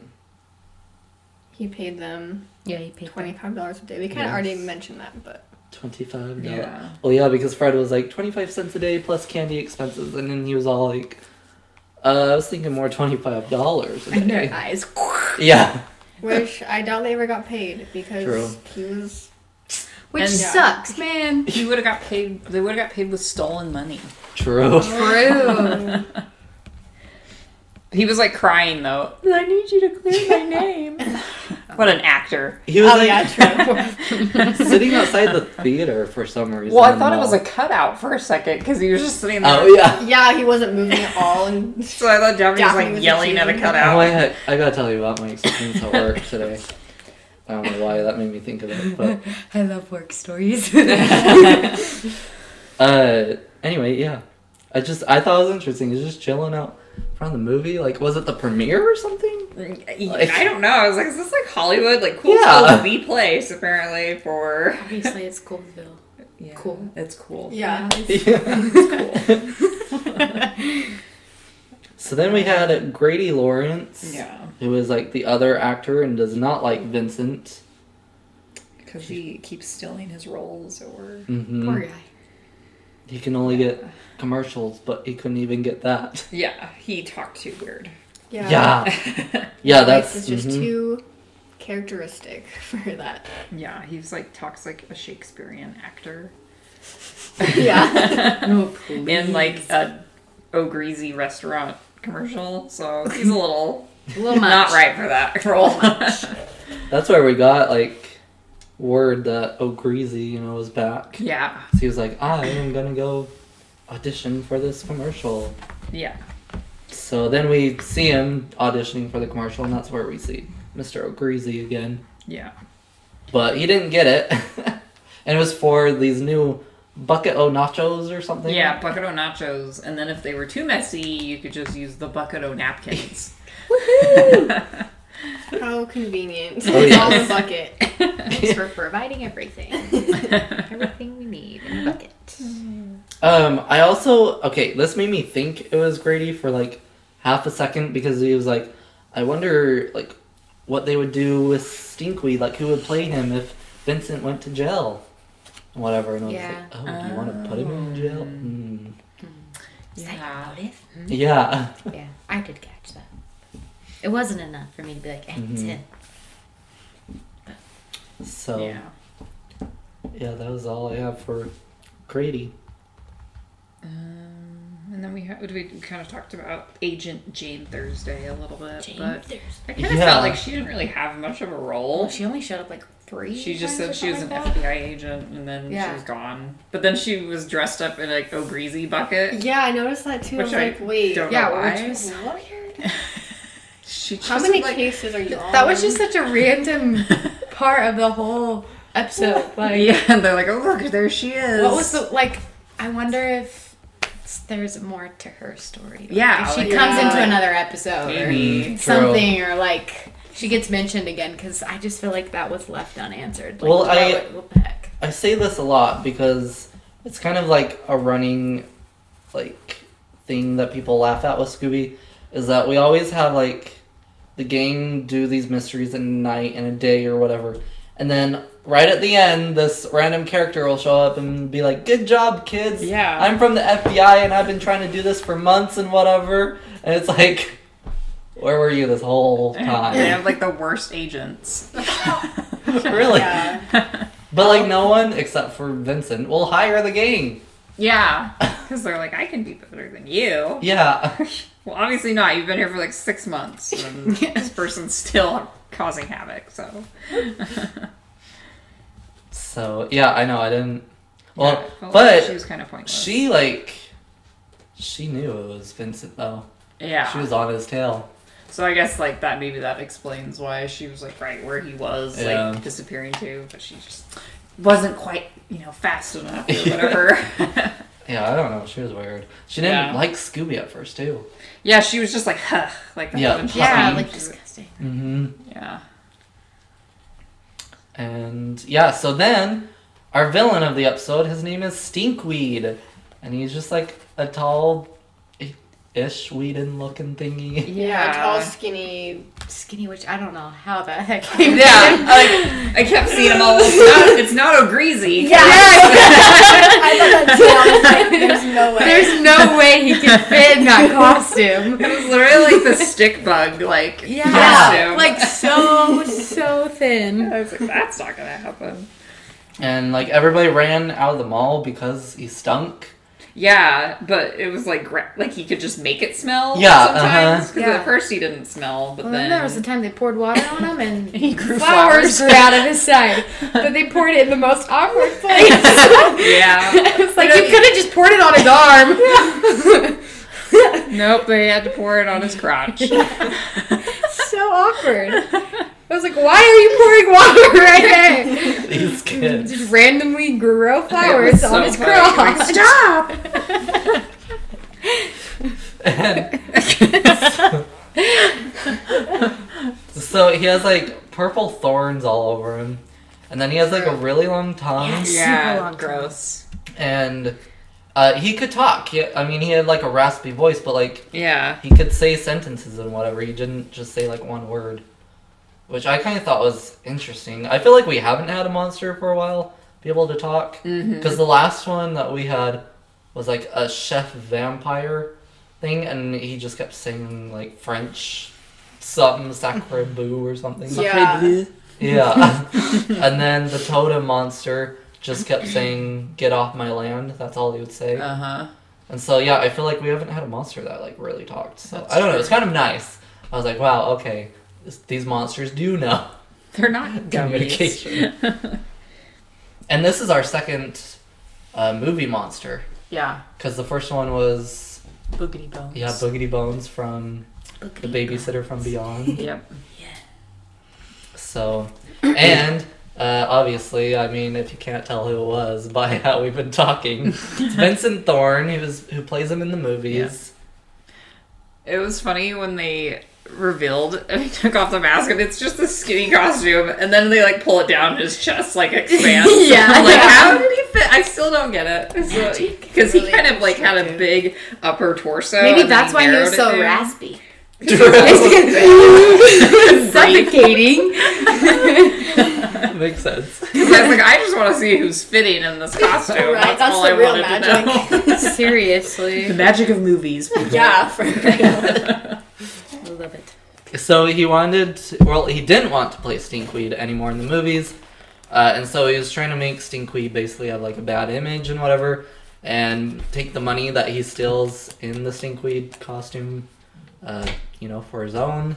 Speaker 2: he paid them
Speaker 4: Yeah, you paid
Speaker 2: twenty five dollars a day. We kind of
Speaker 1: Yes.
Speaker 2: already mentioned that, but
Speaker 1: Twenty-five. dollars.
Speaker 3: Yeah.
Speaker 1: Well, yeah, because Fred was like twenty-five cents a day plus candy expenses, and then he was all like, uh, "I was thinking more twenty-five dollars."
Speaker 4: And their eyes.
Speaker 1: Yeah.
Speaker 2: which I doubt they ever got paid because
Speaker 1: True.
Speaker 2: he was
Speaker 4: Which
Speaker 3: And-
Speaker 4: sucks, man.
Speaker 3: You would have got paid. They would have got paid with stolen money.
Speaker 1: True.
Speaker 4: True.
Speaker 3: He was like crying though. I need you to clear my name. what an actor.
Speaker 1: He was
Speaker 2: Oh,
Speaker 1: like
Speaker 2: yeah, true.
Speaker 1: sitting outside the theater for some reason.
Speaker 3: Well, I
Speaker 1: in
Speaker 3: thought it
Speaker 1: the
Speaker 3: was a
Speaker 1: mall.
Speaker 3: cutout for a second because he was just sitting there.
Speaker 1: Oh yeah.
Speaker 2: yeah, he wasn't moving at all, and
Speaker 3: So I thought Daphne was
Speaker 2: Daphne
Speaker 3: like
Speaker 2: was
Speaker 3: yelling at a
Speaker 2: accusing him.
Speaker 1: Oh,
Speaker 3: cutout.
Speaker 1: I, had, I gotta tell you about my experience at work today. I don't know why that made me think of it, but
Speaker 4: I love work stories.
Speaker 1: uh, anyway, yeah. I just I thought it was interesting. He's just chilling out from the movie. Like, was it the premiere or something? Like-
Speaker 3: I don't know. I was like, is this like Hollywood? Like, cool
Speaker 1: Yeah.
Speaker 3: is the place apparently for.
Speaker 4: Obviously, it's Colville.
Speaker 3: Yeah,
Speaker 4: Cool.
Speaker 3: It's cool.
Speaker 2: yeah,
Speaker 1: so then we had Grady Lawrence,
Speaker 3: Yeah,
Speaker 1: who is like the other actor and does not like Vincent.
Speaker 3: because he keeps stealing his roles or.
Speaker 1: hmm
Speaker 4: Poor guy.
Speaker 1: He can only get commercials, but he couldn't even get that.
Speaker 3: Yeah, he talked too weird.
Speaker 2: yeah,
Speaker 1: Yeah, yeah, that's
Speaker 2: It's just
Speaker 1: mhm.
Speaker 2: too characteristic for that.
Speaker 3: yeah, he was like talks like a Shakespearean actor
Speaker 2: Yeah,
Speaker 4: No, please.
Speaker 3: in like a O'Greasy restaurant commercial. So he's a little
Speaker 4: a little much.
Speaker 3: not right for that role.
Speaker 1: That's where we got like word that O'Greasy, you know, was back.
Speaker 3: yeah,
Speaker 1: So he was like, I am gonna go audition for this commercial.
Speaker 3: yeah.
Speaker 1: So then we see him auditioning for the commercial, and that's where we see Mr. O'Greasy again.
Speaker 3: Yeah.
Speaker 1: But he didn't get it. and it was for these new bucket o nachos or something.
Speaker 3: Yeah, bucket o' nachos. And then if they were too messy, you could just use the bucket o' napkins.
Speaker 2: how convenient.
Speaker 1: Oh,
Speaker 2: it's all
Speaker 1: yeah.
Speaker 2: in a bucket.
Speaker 4: Thanks for providing everything. everything we need in a bucket.
Speaker 1: Um, I also okay, this made me think it was Grady for like half a second because he was like, I wonder like what they would do with Stinkweed, like who would play him if Vincent went to jail. and Whatever, and I was
Speaker 4: Yeah.
Speaker 1: like, Oh, do you want to put him in jail? Mm.
Speaker 3: Yeah.
Speaker 4: Motive?
Speaker 1: Yeah.
Speaker 4: Yeah, I did catch that. It wasn't enough for me to be like,
Speaker 3: Mm-hmm.
Speaker 4: eh, it's
Speaker 1: Mhm.
Speaker 4: him.
Speaker 1: So yeah.
Speaker 3: Yeah.
Speaker 1: that was all I have for Grady.
Speaker 3: Um, and then we ha- we kind of talked about Agent Jane Thursday a little bit,
Speaker 4: Jane
Speaker 3: but
Speaker 4: Thursday.
Speaker 3: I kind of
Speaker 1: Yeah.
Speaker 3: felt like she didn't really have much of a role.
Speaker 4: Well, she only showed up like three.
Speaker 3: She just
Speaker 4: times or
Speaker 3: said she was an
Speaker 4: something like that.
Speaker 3: FBI agent, and then
Speaker 4: Yeah.
Speaker 3: she was gone. But then she was dressed up in like O'Greasy bucket.
Speaker 2: Yeah, I noticed that too. I
Speaker 3: Which
Speaker 2: was
Speaker 3: I
Speaker 2: like, wait,
Speaker 3: don't
Speaker 4: Yeah,
Speaker 3: know
Speaker 4: well,
Speaker 3: why.
Speaker 4: which-
Speaker 2: what?
Speaker 3: She
Speaker 2: How
Speaker 3: just,
Speaker 2: many
Speaker 3: like,
Speaker 2: cases are you on?
Speaker 4: That was just such a random part of the whole episode. Like,
Speaker 3: yeah, and they're like, oh look, there she is.
Speaker 4: what was the like? I wonder if s- there's more to her story. Like,
Speaker 3: Yeah,
Speaker 4: if she
Speaker 3: like-
Speaker 4: comes
Speaker 2: Yeah.
Speaker 4: into another episode
Speaker 3: Maybe.
Speaker 4: or
Speaker 1: True.
Speaker 4: something, or like she gets mentioned again. Because I just feel like that was left unanswered. Like,
Speaker 1: Well,
Speaker 4: what-
Speaker 1: I-
Speaker 4: what, the heck?
Speaker 1: I say this a lot because it's kind of like a running like thing that people laugh at with Scooby is that we always have like the gang do these mysteries at night and a day or whatever. And then right at the end, this random character will show up and be like, "Good job, kids!
Speaker 3: Yeah.
Speaker 1: I'm from the FBI and I've been trying to do this for months and whatever." And it's like, where were you this whole
Speaker 3: They
Speaker 1: time?
Speaker 3: have like the worst agents.
Speaker 1: really?
Speaker 2: Yeah.
Speaker 1: But like, no one except for Vincent will hire the gang.
Speaker 3: Yeah. Because they're like, I can be better than you.
Speaker 1: Yeah.
Speaker 3: Well, obviously not. You've been here for like six months, and this person's still causing havoc. So,
Speaker 1: So yeah, I know I didn't. Well,
Speaker 3: Yeah, I felt like she
Speaker 1: but
Speaker 3: was kind of pointless.
Speaker 1: she like, she knew it was Vincent though.
Speaker 3: yeah.
Speaker 1: She was on his tail.
Speaker 3: so I guess like that maybe that explains why she was like right where he was
Speaker 1: Yeah.
Speaker 3: like disappearing to, but she just wasn't quite you know fast enough or whatever.
Speaker 1: Yeah, I don't know. She was weird. She didn't
Speaker 3: Yeah.
Speaker 1: like Scooby at first too.
Speaker 3: yeah, she was just like huh, like
Speaker 1: Yeah,
Speaker 3: when she
Speaker 4: Yeah,
Speaker 1: Puffy.
Speaker 4: like
Speaker 3: was-
Speaker 4: disgusting.
Speaker 1: Mm-hmm.
Speaker 3: yeah.
Speaker 1: And yeah, so then our villain of the episode, his name is Stinkweed, and he's just like a tall, ish weeden looking thingy.
Speaker 2: Yeah, tall, skinny.
Speaker 4: Skinny, which I don't know how the heck came
Speaker 3: Yeah, like I kept seeing him all. It's not, it's not O'Greasy.
Speaker 2: Yeah. I thought that too. I was like, There's no way.
Speaker 4: There's no way he can fit in that costume.
Speaker 3: It was literally like the stick bug, like
Speaker 4: Yeah.
Speaker 3: costume.
Speaker 4: Like so, so thin.
Speaker 3: I was like, that's not gonna happen.
Speaker 1: And like everybody ran out of the mall because he stunk.
Speaker 3: Yeah, but it was like gra- like he could just make it smell.
Speaker 1: Yeah, uh-huh.
Speaker 3: sometimes because
Speaker 4: Yeah.
Speaker 3: at first he didn't smell, but
Speaker 4: Well,
Speaker 3: then,
Speaker 4: then there was the time they poured water on him and
Speaker 3: He grew flowers.
Speaker 4: flowers grew out of his side. But they poured it in the most awkward place.
Speaker 3: yeah.
Speaker 4: it's like you could have just poured it on his arm.
Speaker 3: nope, they had to pour it on his crotch.
Speaker 4: so awkward. I was like, why are you pouring water right there?
Speaker 1: These kids.
Speaker 4: Just randomly grow
Speaker 3: It
Speaker 4: flowers
Speaker 3: was
Speaker 4: on
Speaker 3: so
Speaker 4: his
Speaker 3: funny. Like,
Speaker 4: crotch.
Speaker 3: Stop!
Speaker 1: And so he has like purple thorns all over him. And then he has like a really long tongue.
Speaker 4: Yes. Super
Speaker 3: yeah,
Speaker 4: long
Speaker 3: gross.
Speaker 1: And uh, he could talk. He, I mean, he had like a raspy voice, but like
Speaker 3: Yeah,
Speaker 1: he could say sentences and whatever. He didn't just say like one word. Which I kind of thought was interesting. I feel like we haven't had a monster for a while be able to talk. Because
Speaker 3: Mm-hmm.
Speaker 1: the last one that we had was like a chef vampire thing, and he just kept saying like French something, sacre bleu or something.
Speaker 2: Yeah.
Speaker 1: Yeah. and then the totem monster just kept saying, Get off my land. That's all he would say.
Speaker 3: uh huh.
Speaker 1: And so yeah, I feel like we haven't had a monster that like really talked. So
Speaker 3: That's
Speaker 1: I don't know. It's
Speaker 3: true.
Speaker 1: kind of nice. I was like, wow, okay, this, these monsters do know
Speaker 3: They're not dummies.
Speaker 1: communication. and this is our second uh, movie monster
Speaker 3: yeah,
Speaker 1: because the first one was
Speaker 3: boogity bones.
Speaker 1: yeah Boogity Bones from the Babysitter from Beyond.
Speaker 3: Yep.
Speaker 1: So and. Uh, obviously, I mean, if you can't tell who it was by how we've been talking, it's Vincent Thorne, who was who plays him in the movies.
Speaker 3: It was funny when they revealed he took off the mask and it's just this skinny costume and then they like pull it down and his chest like expands.
Speaker 4: Yeah.
Speaker 3: I'm like how did he fit? I still don't get it. Because he
Speaker 2: Really
Speaker 3: kind of like had a
Speaker 2: constructive.
Speaker 3: big upper torso.
Speaker 4: Maybe
Speaker 3: and
Speaker 4: that's
Speaker 3: he
Speaker 4: why he was
Speaker 3: narrowed it
Speaker 4: so
Speaker 3: down.
Speaker 4: raspy.
Speaker 3: Breathe.
Speaker 4: Suffocating.
Speaker 1: Makes sense.
Speaker 3: 'Cause I was like, I just want to see who's fitting in this costume.
Speaker 2: Right,
Speaker 3: that's,
Speaker 2: that's
Speaker 3: all
Speaker 2: the
Speaker 3: I
Speaker 2: real
Speaker 3: wanted
Speaker 2: magic.
Speaker 3: to know.
Speaker 4: Seriously.
Speaker 3: magic of movies.
Speaker 2: Yeah, for real.
Speaker 4: I love it.
Speaker 1: So he wanted, well, he didn't want to play Stinkweed anymore in the movies, uh, and so he was trying to make Stinkweed basically have like a bad image and whatever, and take the money that he steals in the Stinkweed costume, uh, you know, for his own.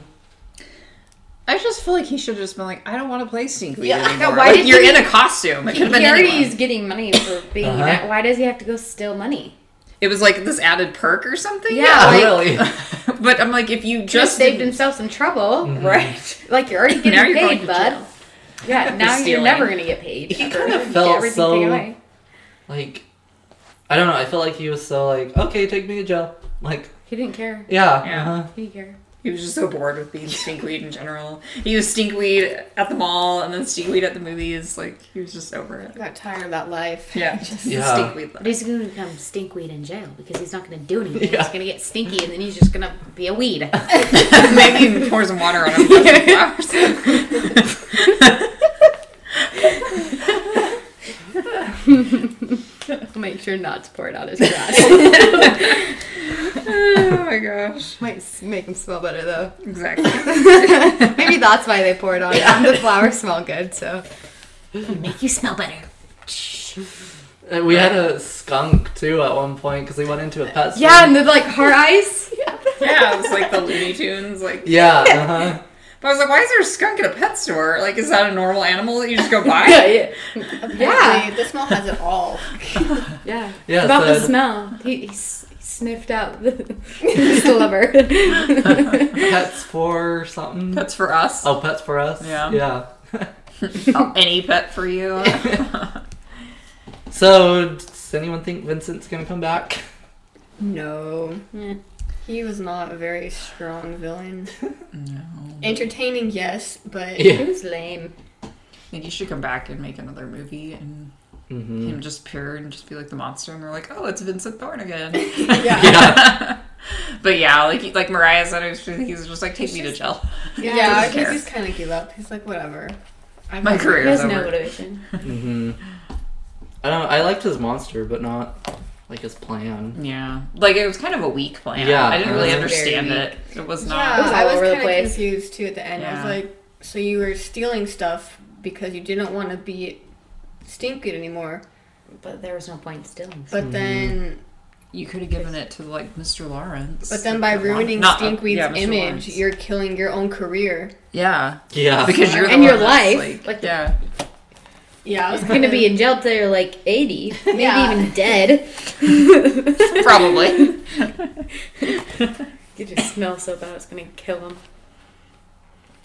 Speaker 3: I just feel like he should have just been like, I don't want to play Stinkweed
Speaker 2: Yeah,
Speaker 3: anymore.
Speaker 4: why
Speaker 3: Like,
Speaker 4: did
Speaker 3: you're
Speaker 4: he-
Speaker 3: in a costume. It
Speaker 4: He
Speaker 3: could have been
Speaker 4: already
Speaker 3: anyone.
Speaker 4: is getting money for being
Speaker 1: Uh-huh.
Speaker 4: that. Why does he have to go steal money?
Speaker 3: It was like this added perk or something.
Speaker 4: Yeah, like-
Speaker 1: really?
Speaker 3: but I'm like, if you
Speaker 4: He just Mm.
Speaker 3: just
Speaker 4: saved himself some trouble.
Speaker 3: right,
Speaker 4: Like you're already
Speaker 3: Now
Speaker 4: getting
Speaker 3: you're going
Speaker 4: paid,
Speaker 3: to
Speaker 4: bud.
Speaker 3: jail.
Speaker 4: Yeah, now you're
Speaker 3: stealing.
Speaker 4: never gonna get paid.
Speaker 1: He
Speaker 4: ever.
Speaker 1: kinda
Speaker 4: You get
Speaker 1: felt
Speaker 4: everything
Speaker 1: so-
Speaker 4: taken away.
Speaker 1: like, I don't know. I feel like he was so like, okay, take me to jail. Like,
Speaker 4: He didn't care.
Speaker 1: yeah,
Speaker 3: Yeah.
Speaker 1: uh-huh.
Speaker 4: He didn't care.
Speaker 3: He was just so bored with being stinkweed in general. He was stinkweed at the mall and then stinkweed at the movies. Like he was just over it.
Speaker 2: I got tired of that life.
Speaker 3: Yeah, just the
Speaker 1: Yeah.
Speaker 3: stinkweed.
Speaker 5: But he's gonna become stinkweed in jail because he's not gonna do anything.
Speaker 1: Yeah.
Speaker 5: He's gonna get stinky and then he's just gonna be a weed.
Speaker 3: life. Maybe even pour some water on him. and put some flowers.
Speaker 4: I'll make sure not to pour it out his grass.
Speaker 3: oh my gosh!
Speaker 2: Might s- make them smell better though.
Speaker 3: Exactly.
Speaker 2: Maybe that's why they pour it on. The flowers smell good, so.
Speaker 5: Make you smell better.
Speaker 1: And we had a skunk too at one point because we went into a pet store.
Speaker 4: yeah, and the like heart eyes.
Speaker 3: Yeah, it was like the Looney Tunes. Like,
Speaker 1: Yeah. Uh-huh.
Speaker 3: but I was like, why is there a skunk at a pet store? Like, is that a normal animal that you just go buy?
Speaker 4: yeah,
Speaker 2: Apparently, This mall has it all.
Speaker 4: yeah.
Speaker 1: Yeah,
Speaker 4: About the
Speaker 1: so-
Speaker 4: smell. He, he, s- he sniffed out the, the sliver.
Speaker 1: Pets for something.
Speaker 3: That's for us.
Speaker 1: Oh, pets for us.
Speaker 3: Yeah.
Speaker 1: Yeah.
Speaker 3: Oh, any pet for you.
Speaker 1: So, does anyone think Vincent's gonna come back?
Speaker 2: No.
Speaker 5: Yeah.
Speaker 2: He was not a very strong villain. Entertaining, yes, but
Speaker 1: Yeah.
Speaker 4: it was lame.
Speaker 3: think you should come back and make another movie and
Speaker 1: Mm-hmm.
Speaker 3: him just appear and just be like the monster and we're like, oh, it's Vincent Thorne again.
Speaker 2: yeah.
Speaker 1: Yeah.
Speaker 3: but yeah, like like Mariah said, it was, he was just like, take me to jail.
Speaker 2: Yeah,
Speaker 3: doesn't
Speaker 2: I guess
Speaker 3: care.
Speaker 2: he's kind of give up. He's like, whatever. I'm
Speaker 3: My
Speaker 4: He
Speaker 3: career is
Speaker 4: has
Speaker 3: over.
Speaker 4: no motivation.
Speaker 1: mm-hmm. I don't. I liked his monster, but not like his plan.
Speaker 3: yeah, like it was kind of a weak plan.
Speaker 1: Yeah,
Speaker 3: I didn't really
Speaker 1: it was
Speaker 3: understand
Speaker 4: very
Speaker 3: it. It was
Speaker 2: Yeah,
Speaker 3: not.
Speaker 4: It was
Speaker 2: I
Speaker 4: all
Speaker 2: was
Speaker 4: over the
Speaker 2: kind of
Speaker 4: place.
Speaker 2: confused too at the end. I
Speaker 3: Yeah.
Speaker 2: was like, so you were stealing stuff because you didn't want to be stinkweed anymore,
Speaker 5: But there was no point in stealing.
Speaker 2: but
Speaker 3: Hmm.
Speaker 2: then,
Speaker 3: You could have given it to like Mr. Lawrence.
Speaker 2: but then by
Speaker 3: Not-
Speaker 2: ruining
Speaker 3: not- uh,
Speaker 2: stinkweed's
Speaker 3: yeah, Mr.
Speaker 2: image,
Speaker 3: Lawrence.
Speaker 2: you're killing your own career.
Speaker 3: yeah,
Speaker 1: Yeah.
Speaker 3: because you're the
Speaker 4: And your
Speaker 3: one that's,
Speaker 4: life,
Speaker 3: like,
Speaker 4: like-
Speaker 3: yeah,
Speaker 2: Yeah, I was
Speaker 5: He's gonna be in jail till you're like 80, maybe
Speaker 2: Yeah.
Speaker 5: even dead.
Speaker 3: probably.
Speaker 4: You just smell so bad, it's gonna kill him.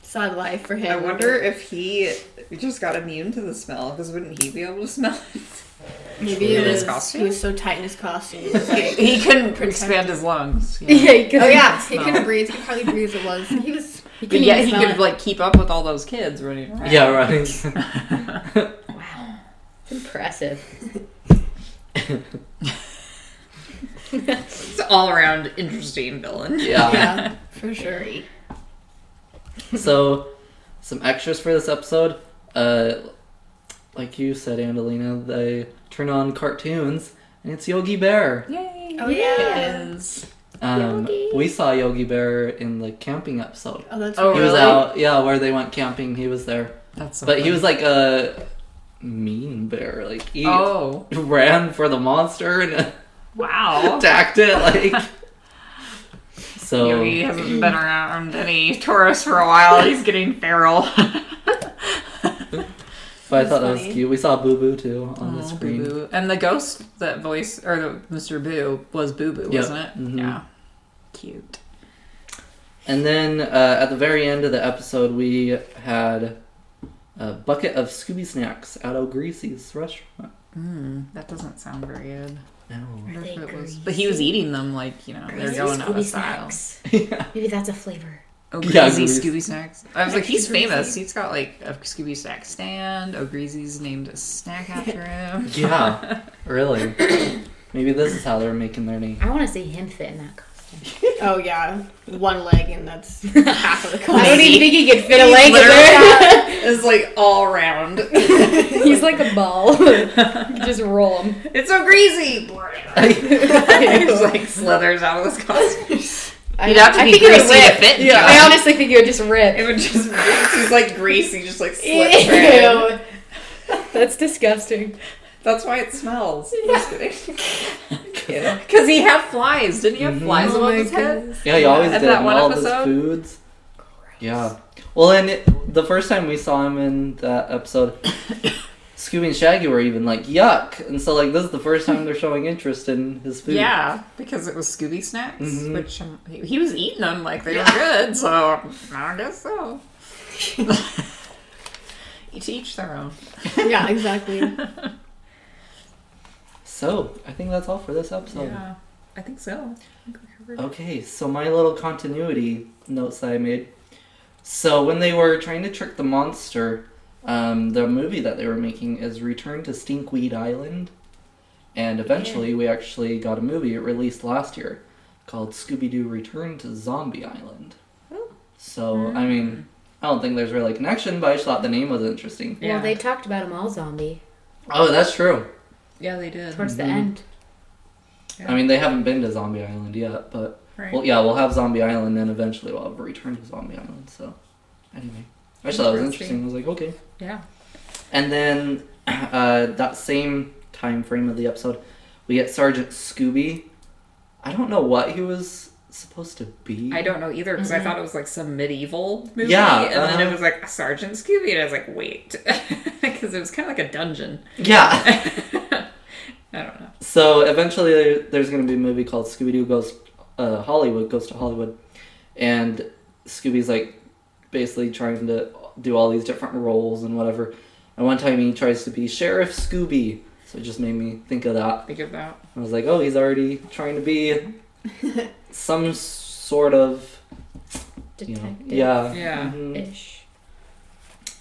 Speaker 2: sad life for him.
Speaker 3: if he just got immune to the smell because wouldn't he be able to smell it?
Speaker 2: maybe it
Speaker 3: in his
Speaker 2: was,
Speaker 3: costume?
Speaker 2: he was so tight in his costume. it was like-
Speaker 3: he couldn't expand his lungs. you know?
Speaker 4: Yeah, he could.
Speaker 2: oh yeah, he
Speaker 3: smell.
Speaker 2: couldn't breathe. He could hardly breathe. It was he was
Speaker 4: He
Speaker 3: But
Speaker 4: couldn't
Speaker 3: yeah,
Speaker 4: even
Speaker 3: he
Speaker 4: smell
Speaker 3: could
Speaker 4: it.
Speaker 3: like keep up with all those kids running around.
Speaker 1: Yeah. Right.
Speaker 5: Wow. It's impressive.
Speaker 3: It's all around interesting villain.
Speaker 1: yeah.
Speaker 2: yeah for sure.
Speaker 1: so some extras for this episode uh like you said angelina they turn on cartoons and it's yogi bear
Speaker 3: Yay!
Speaker 2: Oh, yeah.
Speaker 3: It is.
Speaker 1: um
Speaker 5: Yogi.
Speaker 1: we saw yogi bear in the camping episode
Speaker 2: Oh, that's
Speaker 3: Oh,
Speaker 1: he
Speaker 2: weird.
Speaker 1: was
Speaker 3: really?
Speaker 1: out yeah where they went camping he was there
Speaker 3: That's so
Speaker 1: but he
Speaker 3: funny.
Speaker 1: was like a mean bear like he
Speaker 3: Oh
Speaker 1: ran for the monster and
Speaker 3: wow!
Speaker 1: attacked it like so
Speaker 3: Yogi hasn't been around any Taurus for a while. He's getting feral.
Speaker 1: but i thought that was
Speaker 2: funny.
Speaker 1: cute we saw boo boo too on the screen
Speaker 3: Oh, Boo. And the ghost that voice or the Mr. Boo was Boo Boo,
Speaker 1: Yeah.
Speaker 3: wasn't it?
Speaker 1: Mhm.
Speaker 3: Yeah. Cute.
Speaker 1: And then uh, at the very end of the episode, we had a bucket of Scooby Snacks at O'Greasy's restaurant.
Speaker 3: Mm, that doesn't sound very good.
Speaker 1: No.
Speaker 3: I wonder if
Speaker 5: they
Speaker 3: it was- But he was eating them like you know they're
Speaker 5: Greasy
Speaker 3: going out
Speaker 5: Scooby
Speaker 3: of style.
Speaker 5: snacks.
Speaker 1: yeah.
Speaker 5: Maybe that's a flavor.
Speaker 3: Oh,
Speaker 1: Yeah,
Speaker 3: Greasy
Speaker 1: Greasy.
Speaker 3: Scooby Snacks. I was like, he's
Speaker 5: Greasy.
Speaker 3: famous. He's got like a Scooby Snack stand. O'Greasy's named a snack after him.
Speaker 1: Yeah, really. Maybe this is how they're making their name.
Speaker 5: I want to see him fit in that costume.
Speaker 2: Oh yeah, one leg and that's half of the costume.
Speaker 4: think he could fit a
Speaker 3: leg in there.
Speaker 4: there.
Speaker 3: It's like all round.
Speaker 4: He's like a ball. You just roll him.
Speaker 3: It's so greasy. he just like slithers out of his costume. You'd have to be greasy to fit.
Speaker 4: Yeah. I honestly think he would just rip.
Speaker 3: It would just. He's like greasy, just like slips right in.
Speaker 4: Ew. That's disgusting.
Speaker 3: That's why it smells. Because he had flies. Didn't he have
Speaker 1: Mhm.
Speaker 3: flies
Speaker 2: Oh
Speaker 3: above
Speaker 2: my
Speaker 3: his head?
Speaker 1: Yeah, you always
Speaker 3: At
Speaker 1: did
Speaker 3: that
Speaker 1: in
Speaker 3: one
Speaker 1: all of his
Speaker 3: episode?
Speaker 1: foods. Yeah. Well, and it, the first time we saw him in that episode, Scooby and Shaggy were even like, yuck. And so, like, this is the first time they're showing interest in his food.
Speaker 3: Yeah, because it was Scooby Snacks,
Speaker 1: Mhm.
Speaker 3: which um, he, he was eating them like they were good, so I guess so. to each their own.
Speaker 2: yeah, exactly.
Speaker 1: So, I think that's all for this episode.
Speaker 3: Yeah. I think so. I think we covered it.
Speaker 1: Okay, so my little continuity notes that I made. So when they were trying to trick the monster, um, the movie that they were making is Return to Stinkweed Island, and eventually we actually got a movie it released last year called Scooby Doo Return to Zombie Island.
Speaker 4: Oh.
Speaker 1: So I mean, I don't think there's really a connection, but I just thought the name was interesting.
Speaker 3: Yeah.
Speaker 5: Well, they talked about him all zombie
Speaker 1: Oh, that's true.
Speaker 3: yeah, they did.
Speaker 5: towards the end.
Speaker 1: I mean, they haven't been to Zombie Island yet, but
Speaker 3: Right.
Speaker 1: Well, yeah, we'll have Zombie Island, and eventually we'll have a return to Zombie Island. So, anyway, I just thought that was
Speaker 3: Interesting.
Speaker 1: interesting. I was like, okay.
Speaker 3: yeah.
Speaker 1: And then uh, that same time frame of the episode, we get Sergeant Scooby. I don't know what he was supposed to be.
Speaker 3: I don't know either because I thought it was like some medieval movie.
Speaker 1: Yeah,
Speaker 3: And then it
Speaker 1: uh-huh.
Speaker 3: was like Sergeant Scooby. And I was like, wait. Because it was kind of like a dungeon.
Speaker 1: Yeah.
Speaker 3: I don't know.
Speaker 1: so eventually, there- there's going to be a movie called Scooby Doo Goes uh, Hollywood Goes to Hollywood, and Scooby's like basically trying to do all these different roles and whatever. And one time he tries to be Sheriff Scooby, so it just made me think of that.
Speaker 3: Think of that.
Speaker 1: I was like, oh, he's already trying to be some sort of, you know,
Speaker 4: Detective.
Speaker 1: yeah,
Speaker 3: Yeah.
Speaker 1: mhm.
Speaker 4: Ish.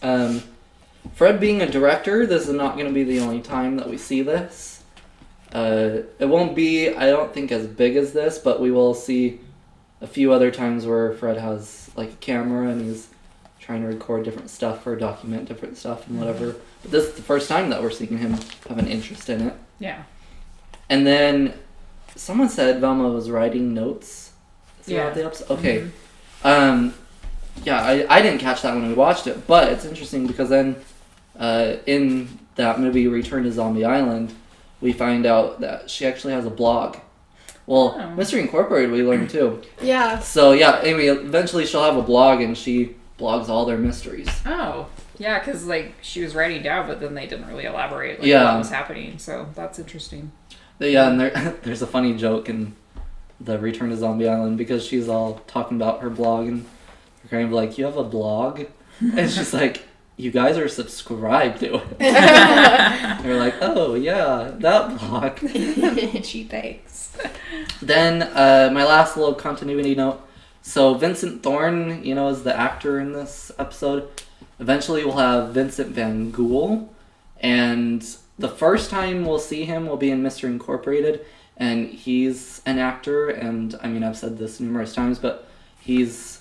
Speaker 1: Um, Fred being a director, this is not going to be the only time that we see this. Uh, it won't be, I don't think, as big as this, but we will see a few other times where Fred has like a camera and he's trying to record different stuff or document different stuff and whatever. But this is the first time that we're seeing him have an interest in it.
Speaker 3: Yeah.
Speaker 1: And then someone said Velma was writing notes
Speaker 3: Yeah. Mm-hmm.
Speaker 1: throughout the episode. Okay. Um, yeah, I, I didn't catch that when we watched it, but it's interesting because then uh, in that movie, Return to Zombie Island, we find out that she actually has a blog. Well,
Speaker 3: Oh.
Speaker 1: Mystery Incorporated, we learned too.
Speaker 2: Yeah.
Speaker 1: So, yeah, anyway, eventually she'll have a blog and she blogs all their mysteries.
Speaker 3: Oh. Yeah, because like she was writing down, but then they didn't really elaborate like,
Speaker 1: Yeah.
Speaker 3: what was happening. So that's interesting.
Speaker 1: Yeah, and there, there's a funny joke in the Return to Zombie Island because she's all talking about her blog and they're kind of like, "You have a blog," and she's like, "You guys are subscribed to it." they're like, "Oh yeah, that blog."
Speaker 3: she thanks.
Speaker 1: then uh, my last little continuity note. So Vincent Thorne, you know, is the actor in this episode. Eventually, we'll have Vincent Van Gool, and the first time we'll see him will be in Mister Incorporated, and he's an actor. And I mean, I've said this numerous times, but he's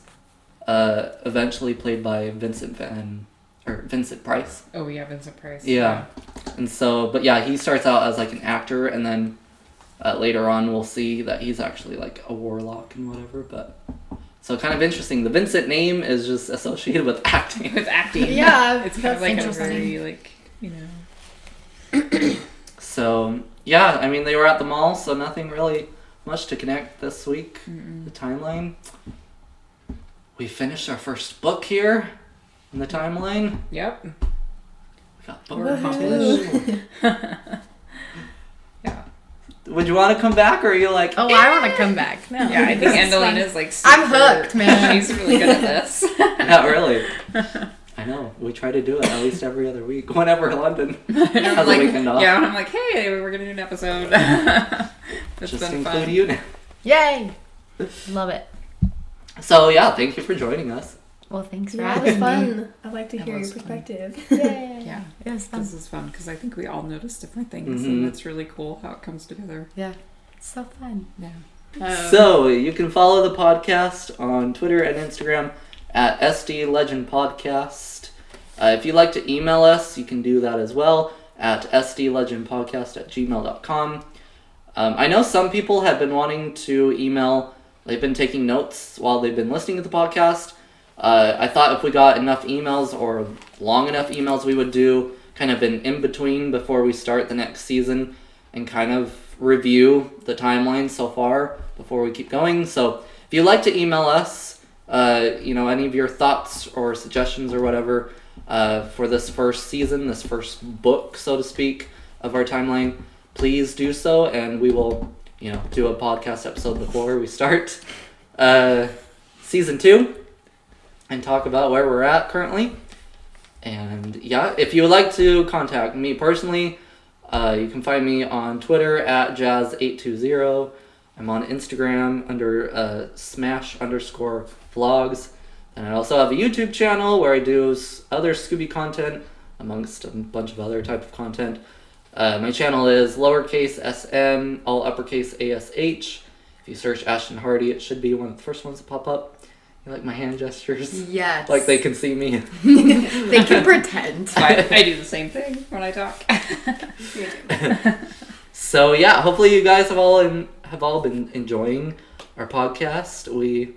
Speaker 1: uh, eventually played by Vincent Van or Vincent Price.
Speaker 3: Oh yeah, Vincent Price.
Speaker 1: Yeah. And so, but yeah, he starts out as like an actor, and then uh, later on we'll see that he's actually like a warlock and whatever. But so kind of interesting. The Vincent name is just associated with acting.
Speaker 3: With acting.
Speaker 2: Yeah,
Speaker 3: It's kind
Speaker 2: that's
Speaker 3: of like a
Speaker 2: interesting.
Speaker 3: very like you know.
Speaker 1: So yeah, I mean they were at the mall, so nothing really much to connect this week. The timeline. We finished our first book here in the timeline.
Speaker 3: Yep.
Speaker 1: We got book
Speaker 3: We're
Speaker 1: accomplished.
Speaker 3: Yeah.
Speaker 1: Would you want to come back, or are you like?
Speaker 4: Oh, I want to come back. No.
Speaker 3: Yeah, I
Speaker 4: This
Speaker 3: think
Speaker 4: is fun.
Speaker 3: Angelina is like. Super,
Speaker 4: I'm hooked, man.
Speaker 3: She's really good at this.
Speaker 1: Not really. I know. We try to do it at least every other week, whenever London has
Speaker 3: like,
Speaker 1: a weekend off.
Speaker 3: Yeah, and I'm like, hey, we're gonna do an episode. it's
Speaker 1: Just
Speaker 3: been
Speaker 1: include
Speaker 3: fun.
Speaker 1: you now.
Speaker 4: Yay! Love it.
Speaker 1: So yeah, thank you for joining us.
Speaker 4: Well, thanks for
Speaker 2: Yeah, it
Speaker 4: having
Speaker 2: was
Speaker 4: me.
Speaker 2: fun. I like to
Speaker 3: That
Speaker 2: hear your
Speaker 3: was fun.
Speaker 2: perspective. Yay.
Speaker 3: Yeah,
Speaker 4: It was fun.
Speaker 3: this is fun because I think we all notice different things,
Speaker 1: Mhm.
Speaker 3: and it's really cool how it comes together.
Speaker 4: So fun.
Speaker 3: Yeah. Oh.
Speaker 1: so you can follow the podcast on Twitter and Instagram at SD Legend Podcast. Uh, if you'd like to email us, you can do that as well at sdlegendpodcast at gmail.com. Um, I know some people have been wanting to email, they've been taking notes while they've been listening to the podcast. Uh, I thought if we got enough emails or long enough emails, we would do kind of an in between before we start the next season and kind of review the timeline so far before we keep going. So if you'd like to email us, uh, you know, any of your thoughts or suggestions or whatever uh, for this first season, this first book, so to speak, of our timeline, please do so, and we will, you know, do a podcast episode before we start uh, season two and talk about where we're at currently. And yeah, if you would like to contact me personally, uh, you can find me on Twitter at jazz820. I'm on Instagram under uh, smash underscore vlogs. And I also have a YouTube channel where I do s- other Scooby content, amongst a bunch of other type of content. Uh, my channel is lowercase sm, all uppercase ash. If you search Ashton Hardy, it should be one of the first ones to pop up. You like my hand gestures?
Speaker 2: Yes.
Speaker 1: Like they can see me.
Speaker 2: they can pretend.
Speaker 3: I, I do the same thing when I talk.
Speaker 1: So yeah, hopefully you guys have all in, have all been enjoying our podcast. We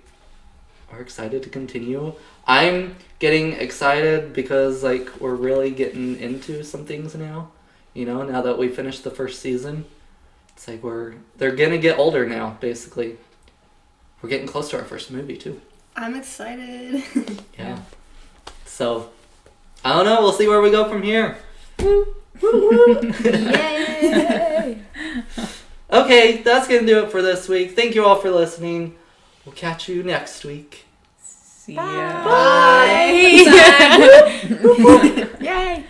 Speaker 1: are excited to continue. I'm getting excited because like we're really getting into some things now. You know, now that we finished the first season, it's like we're they're gonna get older now. Basically, we're getting close to our first movie too.
Speaker 2: I'm excited.
Speaker 1: Yeah. So I don't know. We'll see where we go from here.
Speaker 2: Yay!
Speaker 1: Okay, that's gonna do it for this week. Thank you all for listening. We'll catch you next week.
Speaker 4: ¡Ah!
Speaker 3: See ya.
Speaker 2: Bye.
Speaker 4: Yay!